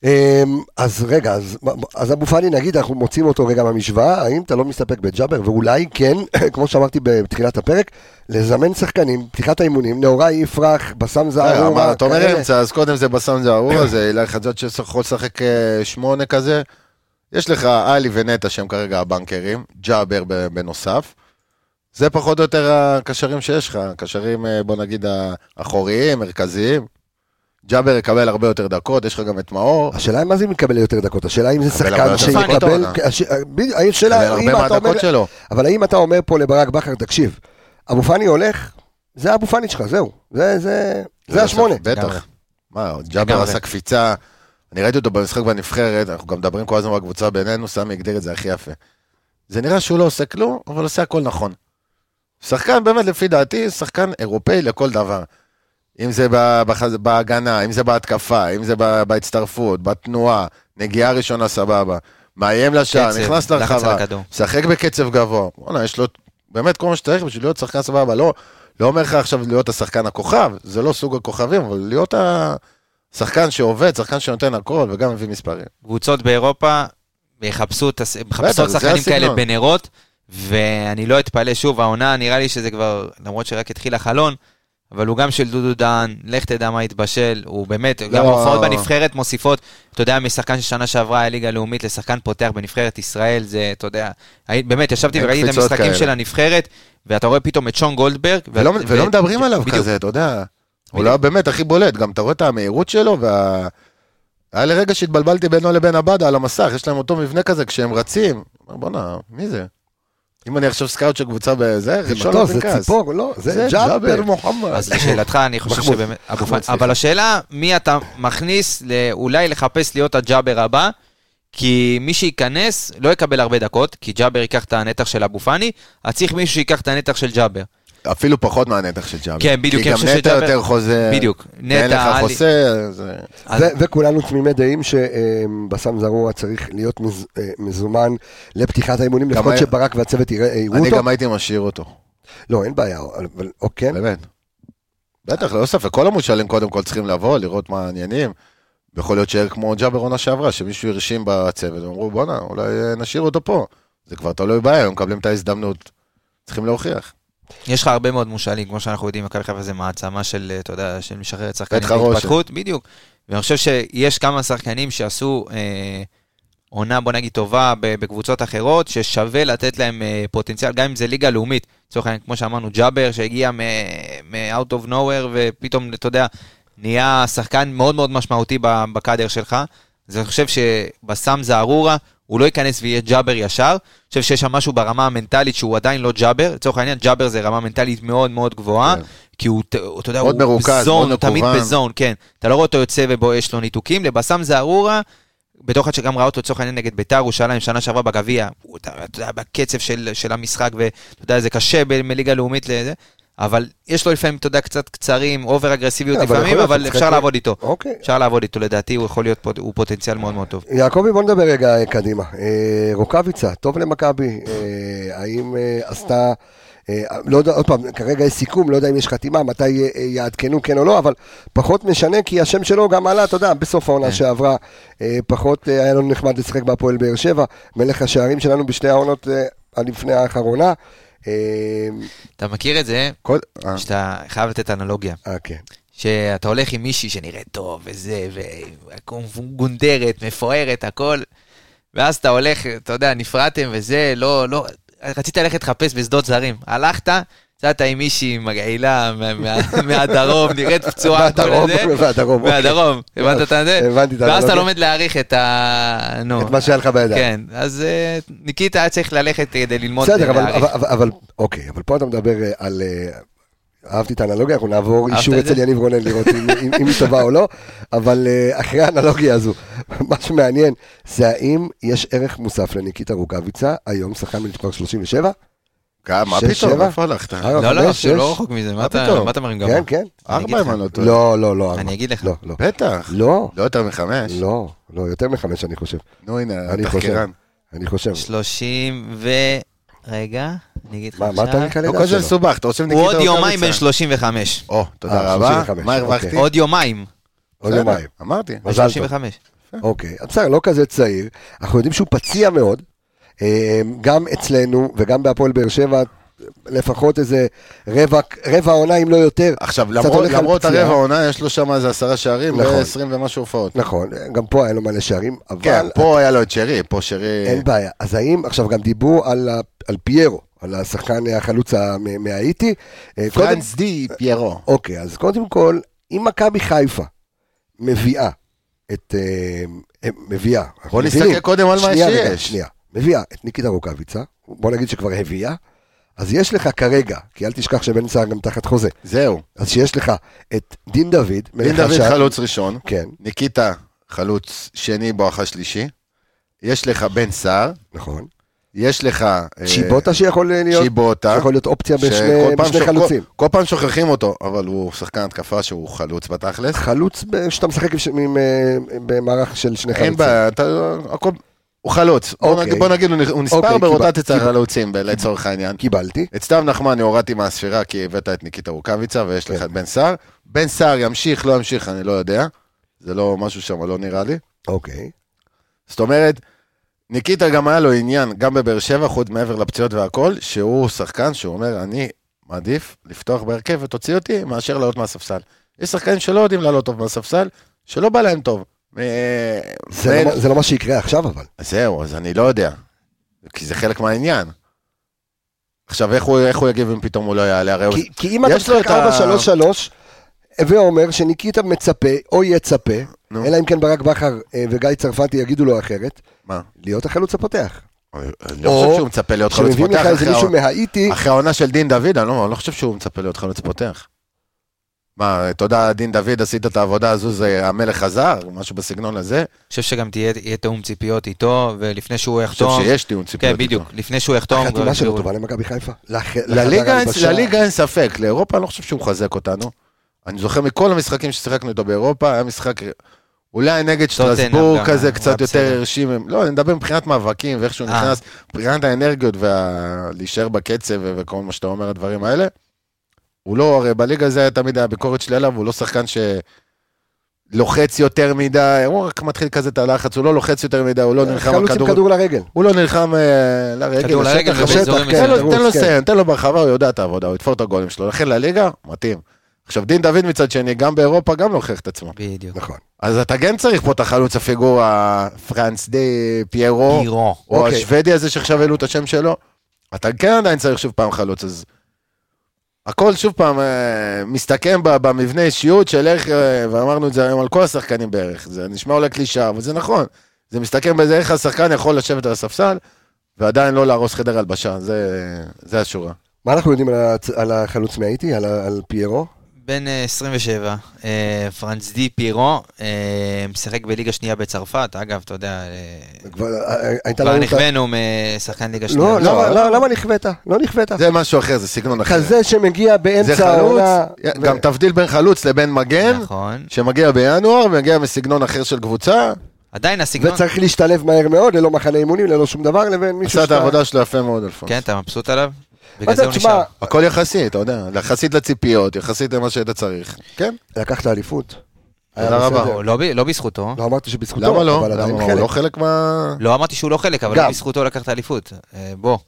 אמ, אז רגע, אז, אז אבו פאני נגיד, אנחנו מוצאים אותו רגע מהמשוואה, האם אתה לא מסתפק בג'אבר? ואולי כן, כמו שאמרתי בתחילת הפרק, לזמן שחקנים, פתיחת האימונים, נאורי יפרח, בסם אה, זערורה, אמר, אתה אומר כאלה. אמצע, אז קודם זה בסם אה. זערורה, זה אילי אה, חג'אג' שיכול לשחק אה, שמונה כזה. יש לך עלי ונטע שהם כרגע הבנקרים, ג'אבר ב- בנוסף. זה פחות או יותר הקשרים שיש לך, הקשרים, אה, בוא נגיד, האחוריים, מרכזיים. ג'אבר יקבל הרבה יותר דקות, יש לך גם את מאור. השאלה היא מה זה אם יקבל יותר דקות, השאלה אם זה יקבל שחקן הרבה יותר שיקבל, דקות, הש- אה, בדיוק, השאלה, הרבה אם אתה אומר, מהדקות שלו. אבל האם אתה אומר פה לברק בכר, תקשיב, אבו פאני הולך, זה אבו פאני שלך, זהו, זה, זה, לא, זה השמונה. לגמרי. בטח. מה, ג'אבר לגמרי. עשה קפיצה, אני ראיתי אותו במשחק בנבחרת, אנחנו גם מדברים כל הזמן בקבוצה בינינו, סמי הגדיר את זה הכי יפה. זה נראה שהוא לא עושה כלום, אבל עושה הכל נכון. שחקן, באמת, לפי דעתי, שחקן אירופאי לכל דבר. אם זה ב- בח- בהגנה, אם זה בהתקפה, אם זה ב- בהצטרפות, בתנועה, נגיעה ראשונה סבבה, מאיים לשער, קצב, נכנס כן, לחץ לרחבה, על הכדור. משחק בקצב גבוה. וואלה, יש לו באמת כל מה שצריך בשביל להיות שחקן סבבה. לא, לא אומר לך עכשיו להיות השחקן הכוכב, זה לא סוג הכוכבים, אבל להיות השחקן שעובד, שחקן שנותן הכל וגם מביא מספרים. קבוצות באירופה יחפשו את הס- מחפשות זה שחקנים הסגנון. כאלה בנרות, ואני לא אתפלא שוב, העונה נראה לי שזה כבר, למרות שרק התחיל החלון, אבל הוא גם של דודו דהן, לך תדע מה התבשל, הוא באמת, גם לא. ההופעות בנבחרת מוסיפות, אתה יודע, משחקן ששנה שעברה היה ליגה לאומית לשחקן פותח בנבחרת ישראל, זה, אתה יודע, הי- באמת, ישבתי אין וראיתי את קפיצות המשחקים כאלה. של הנבחרת, ואתה רואה פתאום את שון גולדברג. ו- ולא, ו- ולא מדברים עליו בדיוק. כזה, אתה יודע. הוא בדיוק. לא היה באמת הכי בולט, גם אתה רואה את המהירות שלו, וה... היה לרגע שהתבלבלתי בינו לבין עבדה על המסך, יש להם אותו מבנה כזה כשהם רצים. אומר, בואנה, מי זה? אם אני עכשיו סקאוט של קבוצה בזה, זה ראשון מטוס, זה לפנקס. ציפור, לא, זה זה ג'אבר ג'אבר. מוחמד. אז לשאלתך, אני חושב מחמוד, שבאמת... אבו מחמוד, פאני. סליחה. אבל השאלה, מי אתה מכניס ל- אולי לחפש להיות הג'אבר הבא? כי מי שייכנס לא יקבל הרבה דקות, כי ג'אבר ייקח את הנתח של אבו פאני, אז צריך מישהו שייקח את הנתח של ג'אבר. אה, אפילו פחות מהנתח של ג'אבר. כן, בדיוק, כי אני גם חושב נטע שג'אבר- יותר חוזר. בדיוק. ואין לך אה, נטע, עלי- חוסה, זה... אז- ו- וכולנו תמימי דעים שבסם זרוע צריך להיות מז- אה, מזומן לפתיחת האימונים, גם לפחות היה- שברק והצוות יראה- יראו אני אותו. גם הייתי משאיר אותו, לא, אין בעיה, אבל או כן. באמת. בטח, ללא ספק, כל המושאלים קודם כל צריכים לבוא, לראות מה העניינים. יכול להיות שיהיה כמו ג'אבר עונה שעברה, שמישהו הרשים בצוות, אמרו בואנה, אולי אה, נשאיר אותו פה. זה כבר תלוי בעיה, הם מקבלים את ההזדמנות, צריכים להוכיח. יש לך הרבה מאוד מושאלים, כמו שאנחנו יודעים, מכבי חיפה זה מעצמה של, אה, אתה יודע, של משחררת שחקנים בית חרושת. בהתפתחות, בדיוק. ואני חושב שיש כמה שחקנים שעשו אה, עונה, בוא נגיד, טובה ב- בקבוצות אחרות, ששווה לתת להם אה, פוטנציאל, גם אם זה ליגה לאומית. לצורך העניין, כמו שאמרנו, ג'אבר, שהגיע מ-out of nowhere, ופתאום, אתה יודע, נהיה שחקן מאוד מאוד משמעותי ב- בקאדר שלך. אז אני חושב שבסם זערורה, הוא לא ייכנס ויהיה ג'אבר ישר. אני חושב שיש שם משהו ברמה המנטלית שהוא עדיין לא ג'אבר. לצורך העניין, ג'אבר זה רמה מנטלית מאוד מאוד גבוהה, כן. כי הוא, ת- הוא, אתה יודע, מאוד הוא מרוכז, מאוד בזון, הוא תמיד מכוון. בזון, כן. אתה לא רואה אותו יוצא ובו יש לו ניתוקים. לבסם זערורה, בתור אחד שגם ראה אותו לצורך העניין נגד ביתר ירושלים שנה שעברה בגביע, הוא, אתה אתה יודע, בקצב של, של המשחק, ואתה יודע, זה קשה ב- מליגה לאומית לזה, אבל יש לו לפעמים, אתה יודע, קצת קצרים, אובר אגרסיביות כן, אבל יכול לפעמים, להיות אבל שצריך אפשר לתת- לעבוד איתו. אוקיי. אפשר לעבוד איתו, לדעתי הוא יכול להיות, פה- הוא פוטנציאל מאוד מאוד טוב. יעקבי, בוא נדבר רגע אה, קדימה. אה, רוקאביצה, טוב למכבי. אה, האם אה, עשתה... אה, לא יודע, עוד פעם, כרגע יש סיכום, לא יודע אם יש חתימה, מתי אה, אה, יעדכנו כן או לא, אבל פחות משנה, כי השם שלו גם עלה, אתה יודע, בסוף העונה שעברה, אה, פחות אה, היה לנו נחמד לשחק בהפועל באר שבע, מלך השערים שלנו בשתי העונות אה, הלפני האחרונה. אה, אתה מכיר את זה, כל... אה, שאתה חייב לתת אנלוגיה. אה, כן. שאתה הולך עם מישהי שנראית טוב, וזה, וגונדרת, מפוארת, הכל, ואז אתה הולך, אתה יודע, נפרדתם וזה, לא, לא, רצית ללכת לחפש בשדות זרים. הלכת, יצאת עם מישהי מגעילה מה- מה- מהדרום, נראית פצועה, כל מהדרום, הזה. מהדרום, אוקיי. מהדרום, הבנת את זה? הבנתי את ואז אתה האנלוגיה. לומד להעריך את ה... נו. את מה שהיה לך בידיים. כן, אז אה, ניקיטה היה צריך ללכת כדי ללמוד בסדר, אבל, להעריך. אבל, אבל, אבל אוקיי, אבל פה אתה מדבר אה, על... אה, אהבתי את האנלוגיה, אנחנו נעבור אהבת אישור את זה? אצל יניב רונן לראות אם, אם, אם היא טובה או לא, אבל אה, אחרי האנלוגיה הזו, מה שמעניין זה האם יש ערך מוסף לניקיטה רוקאביצה, היום שחקן מלפני 37? מה שש, פתאום, שבע? איפה הלכת? ארבע, לא, לא, חמש, זה לא שש? רחוק מזה, מה מה אתה פתאום? מה אתה מרים גבוה? כן, כן. אני אגיד ארבע לך. אם אני לא טועה. לא, לא, לא. ארבע. אני אגיד לך. לא, לא. בטח. לא, לא יותר מחמש. לא, לא, יותר מחמש אני חושב. נו הנה, אני חושב. התחקירן. אני חושב. 30 ו... רגע, אני אגיד לך מה, מה עכשיו. התאריך לא הלידה כל זה שלו? מסובך, אתה רוצה הוא עוד נקיטה יומיים בן רוקאביצה? 35. או, אה, תודה רבה. 35, מה הרווחתי? אוקיי. עוד יומיים. עוד בסדר, יומיים. אמרתי. בן מזל טוב. 35. אוקיי, אז בסדר, לא כזה צעיר. אנחנו יודעים שהוא פציע מאוד, אה, גם אצלנו וגם בהפועל באר שבע, לפחות איזה רבע, רבע עונה אם לא יותר. עכשיו, קצת למרות, הולך על למרות פציעה. הרבע עונה, יש לו שם איזה עשרה שערים נכון. ו-20 ומשהו הופעות. נכון, גם פה היה לו מלא שערים, כן, אבל פה היה לו את שרי, פה שרי... אין בעיה. אז האם, עכשיו גם דיברו על, ה- על פיירו, על השחקן החלוץ המ- מהאיטי. אה, קודם- פרנס די פיירו. אוקיי, אז קודם כל, אם מכבי חיפה מביאה את... אה, אה, מביאה. אנחנו בוא מבינים. נסתכל קודם על מה שנייה, רגע, שיש. שנייה. מביאה את ניקיטה רוקאביצה, בוא נגיד שכבר הביאה, אז יש לך כרגע, כי אל תשכח שבן סער גם תחת חוזה, זהו. אז שיש לך את דין דוד. דין מלך דוד השער- חלוץ ראשון, כן, ניקיטה חלוץ שני בואכה שלישי, יש לך בן סער, נכון. יש לך... אה, צ'יבוטה שיכול להיות, צ'יבוטה. יכול להיות אופציה שכל בשני פעם בשני שוכ- חלוצים. כל- כל פעם שוכחים אותו, אבל הוא שחקן התקפה שהוא חלוץ בתכלס. חלוץ ב- שאתה משחק עם ש- עם, אה, במערך של שני חלוצים. אין בעיה, אתה... הכל... הוא חלוץ. בוא אוקיי. נגיד- בוא נגיד, הוא נכ- הוא אוקיי, נספר קיבל- ברוטציית קיבל- החלוצים, ב- לצורך העניין. קיבלתי. את סתיו נחמני הורדתי מהספירה כי הבאת את ניקיטה רוקאביצה כן. ויש לך את בן סער. בן סער ימשיך, לא ימשיך, אני לא יודע. זה לא משהו שם, לא נראה לי. אוקיי. זאת אומרת, ניקיטה גם היה לו עניין, גם בבאר שבע, חוץ מעבר לפציעות והכל, שהוא שחקן שהוא אומר, אני מעדיף לפתוח בהרכב ותוציא אותי מאשר לעלות מהספסל. יש שחקנים שלא יודעים לעלות טוב מהספסל, שלא בא להם טוב. אה, זה בין- לא מה- זה לא מה שיקרה עכשיו אבל. אז זהו, אז אני לא יודע. כי זה חלק מהעניין. עכשיו, איך הוא, איך הוא יגיב אם פתאום הוא לא יעלה? הרי הוא... כי- כי אם אתה יש לו משחק את ה- 4-3-3, הווה אומר שניקיטה מצפה או יצפה, נו. אלא אם כן ברק בכר אה, וגיא צרפתי יגידו לו אחרת, מה? להיות החלוץ הפותח. אני לא חושב שהוא מצפה להיות חלוץ כשמביאים פותח לך איזה אחרי, מישהו הא- מהאיטי, אחרי העונה של דין דוד, אני לא, אני לא חושב שהוא מצפה להיות חלוץ פותח. מה, תודה, דין דוד, עשית את העבודה הזו, זה המלך חזר, משהו בסגנון הזה. אני חושב שגם תהיה יהיה תאום ציפיות איתו, ולפני שהוא חושב יחתום... שיש טיעון ציפיות. כן, בדיוק. איתו. לפני שהוא יחתום... כבר החתימה שלו יסגרו. טובה למכבי חיפה. לח- לחדר לליגה אין- הלבשה. לליגה אין ספק, לאירופה אני לא חושב שהוא מחזק אותנו. אני זוכר מכל המשחקים ששיחקנו איתו באירופה, היה משחק אולי נגד טוטנהאם שטרסבורג גם, כזה, היה קצת יותר בסדר. הרשים. לא, אני מדבר מבחינת מאבקים ואיך שהוא אה. נכנס, מבחינת האנרגיות ולהישאר בקצב ו- וכל מה שאתה אומר, הדברים האלה. הוא לא, הרי בליגה זה היה תמיד הביקורת שלי עליו, הוא לא שחקן שלוחץ יותר מדי, הוא רק מתחיל כזה את הלחץ, הוא לא לוחץ יותר מדי, הוא לא נלחם על חלוץ עם כדור כדור לרגל. הוא לא נלחם אה, לרגל, כדור לרגל לשטח, ובאזורים לשטח, מסוימים. תן לו- תן לו רוץ, כן. לסיים, תן לו ברחבה, הוא יודע את העבודה, הוא יתפור את הגולים שלו, לכן לליגה, מתאים. עכשיו, דין דוד מצד שני, גם באירופה, גם לא הוכיח את עצמו. בדיוק. נכון. אז אתה כן צריך פה את החלוץ הפיגורה, פרנס די פיירו, גירו. או אוקיי. השוודי הזה שעכשיו העלו את השם שלו, אתה כן עדיין צריך שוב פעם חלוץ, אז... הכל שוב פעם אה, מסתכם ב- במבנה אישיות של איך, אה, ואמרנו את זה היום על כל השחקנים בערך, זה נשמע אולי קלישאה, אבל זה נכון. זה מסתכם בזה איך השחקן יכול לשבת על הספסל, ועדיין לא להרוס חדר הלבשה, זה, זה השורה. מה אנחנו יודעים על הצ- על החלוץ מהאיטי? על ה- על פיירו? בן אה, 27, אה, פרנס די פירו, אה, משחק בליגה שנייה בצרפת, אגב, אתה יודע, אה, כבר אה, הייתה כבר לנו... את ה- נכוונו משחקן ליגה שנייה. לא, למה- בצרפת. לא, למה נכווית? לא נכווית. זה משהו אחר, זה סגנון אחר. כזה שמגיע זה באמצע חלוץ, העונה. ו- גם תבדיל בין חלוץ לבין מגן, נכון. שמגיע בינואר, מגיע מסגנון אחר של קבוצה, עדיין הסגנון... וצריך להשתלב מהר מאוד, ללא מחנה אימונים, ללא שום דבר, לבין מישהו עשה את העבודה שלו יפה מאוד, אלפון. כן, אתה מבסוט עליו? מה בגלל זה זה, הוא לא תשמע, נשאר. הכל יחסי, אתה יודע, יחסית לציפיות, יחסית למה שהיית צריך. כן, לקחת אליפות. תודה היה רבה. בסדר. לא ב- לא בזכותו. לא אמרתי שבזכותו, למה לא? אבל עדיין למה הוא חלק. לא חלק מה... לא אמרתי שהוא לא חלק, אבל גם. לא בזכותו לקח את האליפות. אה, בוא.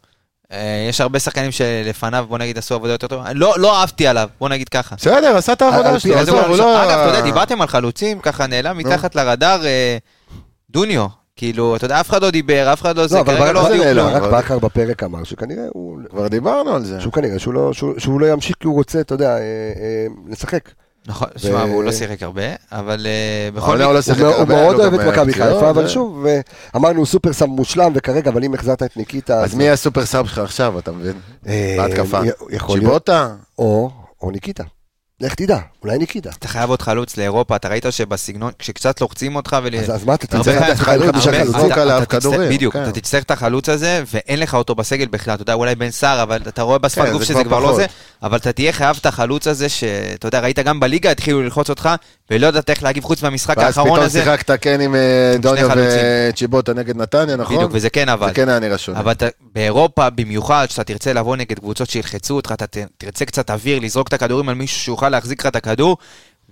אה, יש הרבה שחקנים שלפניו, בוא נגיד, עשו עבודה יותר טובה. לא לא אהבתי עליו, בוא נגיד ככה. בסדר, עשה את על העבודה פי שלו, הזמן, עזוב, הוא לא... אגב, אתה יודע, דיברתם על חלוצים, ככה נעלם מתחת לרדאר אה, דוניו. כאילו, אתה יודע, אף אחד לא דיבר, אף אחד לא זה, לא, אבל כרגע ברק- לא זה הודיעו נעלם. כלום. ברק אבל- בכר בפרק אמר שכנראה הוא... כבר דיברנו על זה. שהוא כנראה שהוא לא, שהוא, שהוא לא ימשיך כי הוא רוצה, אתה יודע, אה, אה, לשחק. נכון, שמע, ו- הוא לא שיחק הרבה, אבל אה, בכל העונה מקרה... הוא לא הוא, שיחק מאוד- הוא הרבה, מאוד לא אוהב את גם מכבי פציעות, חיפה, אבל זה. שוב, אה, אמרנו סופר סאב מושלם וכרגע, אבל אם החזרת את ניקיטה... אז מי הסופר סאב שלך עכשיו, אתה מבין? אה, בהתקפה. י- יכול להיות. שיבוטה? או, או ניקיטה. לך תדע, אולי ניקיטה. כן. אתה חייב עוד חלוץ לאירופה, אתה ראית שבסגנון, כשקצת לוחצים אותך ול... אז, אז מה אתה הרבה תצטרך פעמים לדעת חלוץ- חמישה הרבה- חלוצים. חלוצים? אתה- עליו אתה תצטרך- כדורים, בדיוק, כן. אתה תצטרך את החלוץ הזה, ואין לך אותו בסגל בכלל, אתה יודע, אולי בן סער, אבל אתה רואה בשפת כן, גוף זה שזה כבר כבר לא פחות. זה, אבל אתה תהיה חייב את החלוץ הזה, שאתה יודע, ראית גם בליגה התחילו ללחוץ אותך, ולא יודעת איך להגיב חוץ מהמשחק ואז האחרון פתאום הזה. שיחקת כן עם אה, דוניו חלוצים. וצ'יבוטה נגד נתניה, נכון? בדיוק, וזה כן אבל. זה כן היה נראה שונה. אבל אתה, באירופה במיוחד, כשאתה תרצה לבוא נגד קבוצות שילחצו אותך, אתה ת- תרצה קצת אוויר, לזרוק את הכדורים על מישהו שיוכל להחזיק לך את הכדור.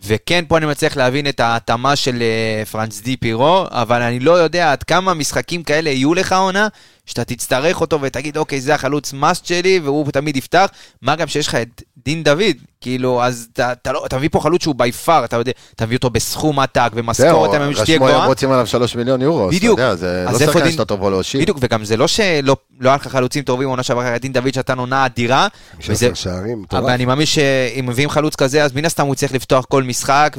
וכן, פה אני מצליח להבין את ההתאמה של אה, פרנס די פירו, אבל אני לא יודע עד כמה משחקים כאלה יהיו לך עונה, שאתה תצטרך אותו ותגיד, אוקיי, זה החלוץ מאסט שלי, והוא תמיד יפתח. מה גם שיש לך את דין דוד, כאילו, אז אתה, אתה, לא, אתה מביא פה חלוץ שהוא בי פאר, אתה יודע, אתה מביא אותו בסכום עתק, זהו, ומשכורת, אתה מבין שתהיה רשמו גבוהה. הם רוצים עליו 3 מיליון יורו, אז אתה בדיוק. יודע, זה אז לא איפה שחקן דין- שאתה טוב בו להושיב. בדיוק, וגם זה לא שלא לא היה לך חלוצים טובים עונה שעברה, היה דין דוד שנתן עונה אדירה. וזה- 16 שערים, אבל מטורף. אני מאמין שאם מביאים חלוץ כזה, אז מן הסתם הוא צריך לפתוח כל משחק,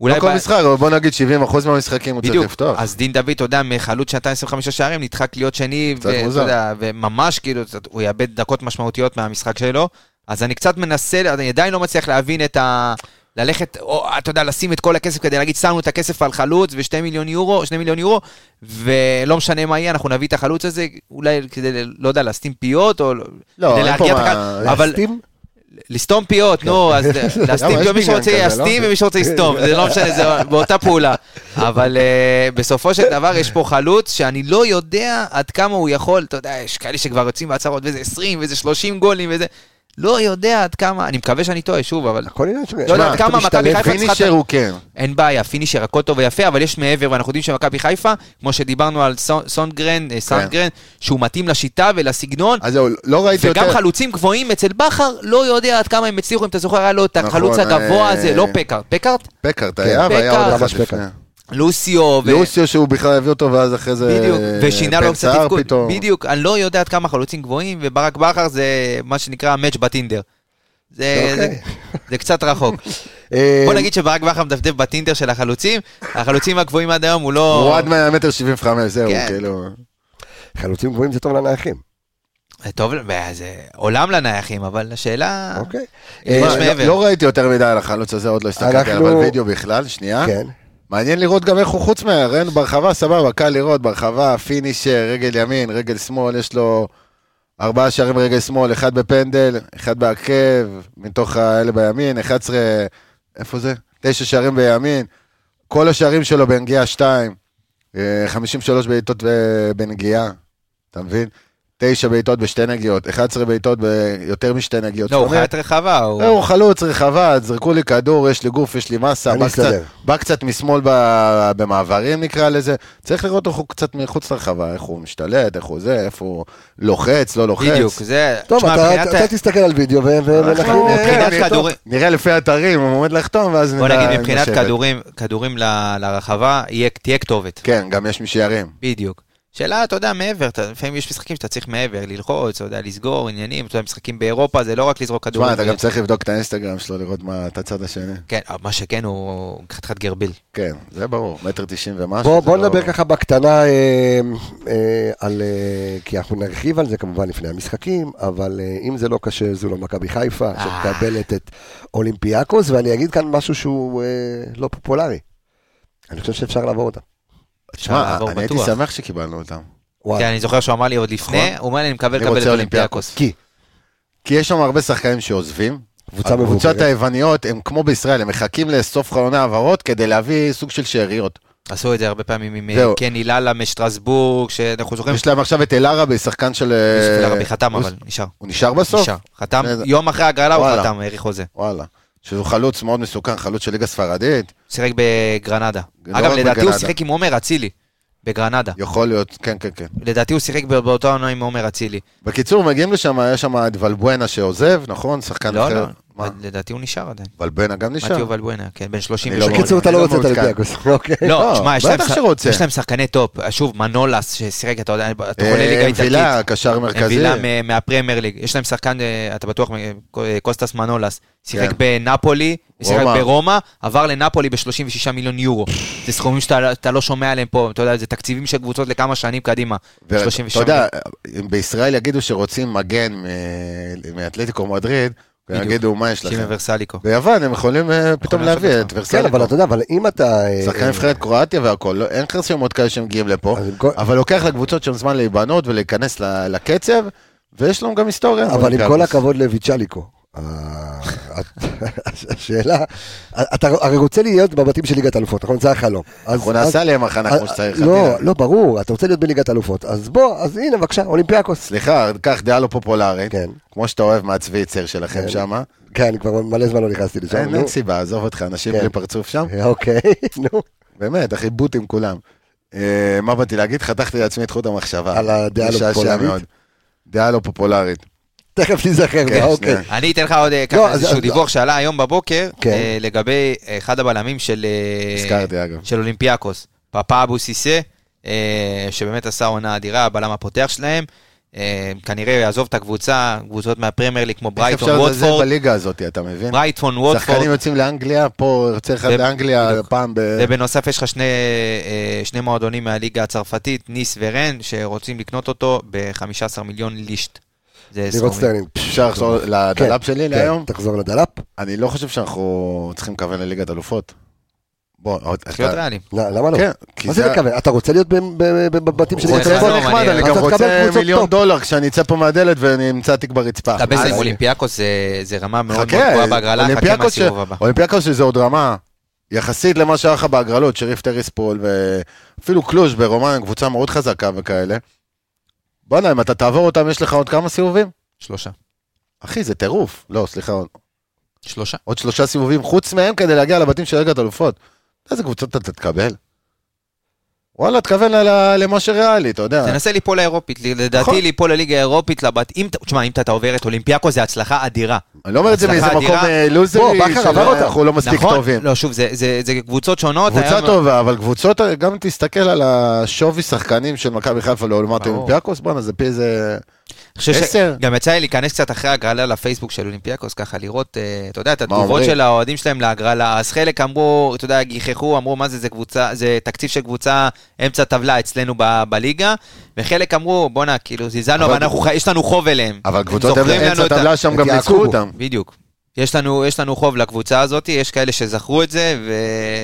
ואולי... לא כל משחק, אבל בוא נגיד 70% מהמשחקים הוא צריך בדיוק, לפתוח. אז דין דוד, אתה יודע, מחלוץ שנתן 25 שערים, נדחק להיות שני, קצת ואתה מוזר. יודע, וממש כאילו, אתה- הוא יאבד דקות משמעותיות מהמשחק שלו. אז אני קצת מנסה, אני עדיין לא מצליח להבין את ה... ללכת, או, אתה יודע, לשים את כל הכסף כדי להגיד, שמנו את הכסף על חלוץ ושתי מיליון יורו, שני מיליון יורו, ולא משנה מה יהיה, אנחנו נביא את החלוץ הזה, אולי כדי, לא יודע, להסתים פיות, או לא, כדי אין פה להרגיע את מה- הקהל, אבל להסתים? לסתום פיות, נו, אז כן. למה? להסתים, יש מי עניין שרוצה כזה, לא? יסתים ומי שרוצה יסתום, זה לא משנה, זה באותה פעולה. אבל אה, בסופו של דבר יש פה חלוץ שאני לא יודע עד כמה הוא יכול, אתה יודע, יש כאלה שכבר יוצאים בהצהרות, וזה 20 וזה 30 גולים וזה, לא יודע עד כמה, אני מקווה שאני טועה, שוב, אבל הכל עניין של... לא יודע עד שמע, כמה אתה מכבי משתלב- חיפה צריכה... פינישר הוא כן. אין בעיה, פינישר הכל טוב ויפה, אבל יש מעבר, ואנחנו יודעים שמכבי חיפה, כמו שדיברנו על סון- סונגרן, כן. אה, סנדגרן, שהוא מתאים לשיטה ולסגנון, אז זהו, לא ראיתי יותר... וגם חלוצים גבוהים אצל בכר, לא יודע עד כמה הם הצליחו, אם אתה זוכר, היה לו את נכון, החלוץ הגבוה אה, הזה, לא פקארט, פקארט? פקארט היה, והיה כן. פקארט. עוד אחד ממש לפני. פקארט. לוסיו, ו- לוסיו שהוא בכלל הביא אותו, ואז אחרי זה... בדיוק, אה, ושינה לו בן קצת סער תפקוד, פתאום. בדיוק, אני לא יודע עד כמה חלוצים גבוהים, וברק בכר זה מה שנקרא מאץ' בטינדר. זה- זה- אוקיי. זה קצת רחוק. אה, בוא נגיד שברק בכר מדפדף בטינדר של החלוצים, החלוצים הגבוהים עד היום הוא הוא לא... עד מהמטר 75, זהו, כן. כאילו. חלוצים גבוהים זה טוב לנייחים. זה אה, טוב, זה עולם לנייחים, אבל השאלה... אוקיי. אה, אה, יש לא- מעבר. לא ראיתי יותר מדי על החלוץ הזה, עוד לא הסתכלתי אנחנו- עליו על וידאו בכלל, אה? שנייה. כן. מעניין לראות גם איך הוא חוץ מהרן ברחבה, סבבה, קל לראות, ברחבה, פינישר, רגל ימין, רגל שמאל, יש לו ארבעה שערים ברגל שמאל, אחד בפנדל, אחד בעקב, מתוך האלה בימין, 11, איפה זה? תשע שערים בימין, כל השערים שלו בנגיעה 2, 53 אה, בעיטות אה, בנגיעה, אתה מבין? תשע בעיטות בשתי נגיעות, 11 בעיטות ביותר משתי נגיעות. לא, הוא זאת אומרת, חיית רחבה, הוא... אה, הוא חלוץ רחבה, זרקו לי כדור, יש לי גוף, יש לי מסה, אני בא קצת, אסתדר. בא קצת משמאל ב- במעברים נקרא לזה. צריך לראות איך הוא קצת מחוץ לרחבה, איך הוא משתלט, איך הוא זה, איפה הוא לוחץ, לא לוחץ. בדיוק, זה... טוב, תשמע, אתה- מבחינת ה- אתה תסתכל על וידאו ו- ו- אנחנו- ונחליט. אה, מבחינת אני- כדור- טוב, נראה לפי אתרים, הוא עומד לחתום, ואז בוא נדע נגיד, אם מבחינת לשבת. כדורים- כדורים ל- לרחבה, יהיה- תהיה כתובת. כן, גם יש מי שירים. בדיוק. שאלה, אתה יודע, מעבר, אתה, לפעמים יש משחקים שאתה צריך מעבר, ללחוץ, אתה יודע, לסגור עניינים, אתה יודע, משחקים באירופה, זה לא רק לזרוק כדורים. תשמע, אתה גם צריך לבדוק את האינסטגרם שלו, לראות מה את הצד השני. כן, אבל מה שכן, הוא חתיכת גרביל. כן, זה ברור, מטר תשעים ומשהו. אה, בוא, זה בוא לא- נדבר ככה בקטנה אה, אה, על... אה, כי אנחנו נרחיב על זה כמובן לפני המשחקים, אבל אה, אם זה לא קשה, זו לא מכבי חיפה, אה. שמקבלת את אולימפיאקוס, ואני אגיד כאן משהו שהוא אה, לא פופולרי. אני חושב שאפשר לעבור כן, אותה. אפשר תשמע, לעבור אני הייתי בטוח. שמח שקיבלנו אותם. כן, וואלה. אני זוכר שהוא אמר לי עוד לפני, נכון. הוא אומר לי, אני מקווה אני לקבל את רוצה אולימפיאקוס. כי? כי יש שם הרבה שחקנים שעוזבים. קבוצה הקבוצות מבוגרת. היווניות הם כמו בישראל, הם מחכים לסוף חלון העברות כדי להביא סוג של שאריות. עשו את זה הרבה פעמים עם אה, זהו. קני ללה משטרסבורג, שאנחנו זוכרים, יש להם עכשיו את אלערבי, שחקן של... בשביל אה, הרבי חתם, הוא- אבל נשאר. הוא נשאר בסוף? נשאר. חתם, בסדר. יום אחרי הגרלה הוא וואלה. חתם, האריך חוזה. וואלה. שהוא חלוץ מאוד מסוכן, חלוץ של ליגה ספרדית, שיחק בגרנדה. לא אגב, רק לדעתי הוא בגרנדה. שיחק עם עומר אצילי, בגרנדה. יכול להיות, כן, כן, כן. לדעתי הוא שיחק באותו עונה עם עומר אצילי. בקיצור, מגיעים לשם, יש שם את ולבואנה שעוזב, נכון? שחקן לא, אחר. לא, מה? לדעתי הוא נשאר עדיין. ולבואנה גם מתיו נשאר? ולבואנה, כן, בן 30 אני לא בקיצור, אתה לא אני רוצה את לא מעודכן. אולימפיאקוס, אוקיי? כן. לא, לא, תשמע, יש להם בטח שח- שרוצה. יש להם שחקני טופ. שוב, מנולס ששיחק, אתה יודע, אתה אה, חולה ליגה איטלקית. וילה, קשר מרכזי. וילה מ- מהפרמייר ליג. יש להם שחקן, אה, אתה בטוח, אה, קו- אה, קוסטס מנולס. שיחק כן. בנפולי, שיחק רומא. ברומא, עבר לנפולי ב-36 מיליון יורו. זה סכומים שאתה אתה לא שומע עליהם פה, אתה יודע, זה תקציבים של קבוצות לכמה שנים קדימה. ואתה 36 יודע, אם בישראל יגידו שרוצים מגן מ- מאתלטיקו מדריד, בדיוק. יגידו, מה יש שימי לכם? ורסליקו. ביוון הם יכולים אה, פתאום יכולים להביא לעשות את כן, אבל ורסליקו. אתה יודע, אבל אם אתה... אה, שחקן אה, נבחרת קרואטיה והכל, לא- אין לך שמות כאלה שמגיעים לפה, אז עם כל- אבל לוקח לקבוצות שם זמן להיבנות ולהיכנס ל- לקצב, ויש לנו גם היסטוריה. אבל עם באולימפיאקוס. כל הכבוד לויצ'ליקו, אה, השאלה, אתה הרי רוצה להיות בבתים של ליגת אלופות, נכון? זה החלום. אז- אנחנו אז- נעשה להם הכנה כמו אה, שצריך. לא, אני- לא, ברור, אתה רוצה להיות בליגת אלופות, אז בוא, אז הנה, בבקשה, אולימפיאקוס. סליחה, קח דעה לא פופולרית, כן. כמו שאתה אוהב מהצבי יצר שלכם כן. שם. כן, אני כבר מלא זמן לא נכנסתי לשם. אין נו. אין סיבה, עזוב אותך, אנשים כן. בלי פרצוף שם. אוקיי, נו, באמת, אחי, בוטים כולם. אה, מה באתי להגיד? חתכתי לעצמי את חוט המחשבה. על הדעה לא משעשע פופולרית? מאוד. דעה לא פופולרית. תכף נזכר, כן, בה, אוקיי. שנייה. אני אתן לך עוד אה, לא, ככה אז- איזשהו אז- דיווח שעלה היום בבוקר, כן. אה, לגבי אה, אחד הבלמים של... אה, הזכרתי, אגב. של אולימפיאקוס. פאפה אבו סיסה, אה, שבאמת עשה עונה אדירה, הבלם הפותח שלהם. אה, כנראה יעזוב את הקבוצה, קבוצות מהפרמייר ליג כמו איך ברייטון, אפשר לזלזל ווטפורד. בליגה הזאת, אתה מבין? ברייטון, שחקנים ווטפורד. יוצאים לאנגליה, פה יוצא אחד ו- לאנגליה בדיוק. פעם ב... ובנוסף יש לך שני, אה, שני מועדונים מהליגה הצרפתית, ניס ורן, שרוצים לקנות אותו ב-15 מיליון לישט. זה לראות סכומים. סטרלינג. אפשר לחזור לדלאפ שלי כן, להיום? תחזור לדלאפ. אני לא חושב שאנחנו צריכים לכוון לליגת אלופות. בוא, עוד... צריך להיות אתה- ריאליים. לא, למה לא? כן, כי מה זה מכוון? אתה רוצה להיות ב- ב- ב- בבתים של הוא ליגת רוצה אלופות? לעזור, זה נחמד, אני- אני לא אתה גם תקבל רוצה קבוצות מיליון טופ. דולר כשאני אצא פה מהדלת ואני אמצא תיק ברצפה. אתה בעצם אה, אולימפיאקוס זה- זה רמה מאוד מאוד גבוהה בהגרלה, חכה, חכה אולימפיאקוס ש- מהסיבוב הבא. אולימפיאקוס שזה עוד רמה, יחסית למה שהיה לך בהגרלות, שריף טריספול ואפילו קלוז' ברומניה, קבוצה מאוד חזקה וכאלה. בואנה, אם אתה תעבור אותם, יש לך עוד כמה סיבובים? שלושה. אחי, זה טירוף. לא, סליחה, עוד- שלושה. עוד שלושה סיבובים חוץ מהם כדי להגיע לבתים של ליגת אלופות. איזה קבוצות אתה תקבל? וואלה, תכוון ל- ל- למה שריאלי, אתה יודע. תנסה ליפול לאירופית, אה. נכון. לדעתי ליפול לליגה האירופית, לבת... אם, אתה- תשמע, אם אתה עובר את אולימפיאקו זה הצלחה אדירה. אני לא אומר את זה הצלחה מאיזה אדירה. מקום אה, לוזרי, בוא, בכר של- עבר אותה. אנחנו לא מספיק נכון? טובים. לא, שוב, זה, זה, זה קבוצות שונות. היה- קבוצה טובה, אבל קבוצות, גם אם תסתכל על השווי שחקנים של מכבי חיפה לעולמת ברור. אולימפיאקוס, בואנה, זה פי איזה... אני חושב ש- עשר. גם יצא לי להיכנס קצת אחרי הגרלה לפייסבוק של אולימפיאקוס, ככה לראות, אה, אתה יודע, את התגובות אומרים? של האוהדים שלהם להגרלה. אז חלק אמרו, אתה יודע, גיחכו, אמרו, מה זה, זה קבוצה, זה תקציב של קבוצה אמצע טבלה אצלנו ב- בליגה, וחלק אמרו, בואנה, כאילו, זיזנו, אבל אבל- אנחנו ח- יש לנו חוב אליהם. אבל הם קבוצות זוכרים אמצע לנו את ה- הטבלה שם את גם ניצחו יעקובו. אותם. בדיוק. יש לנו, יש לנו חוב לקבוצה הזאת, יש כאלה שזכרו את זה,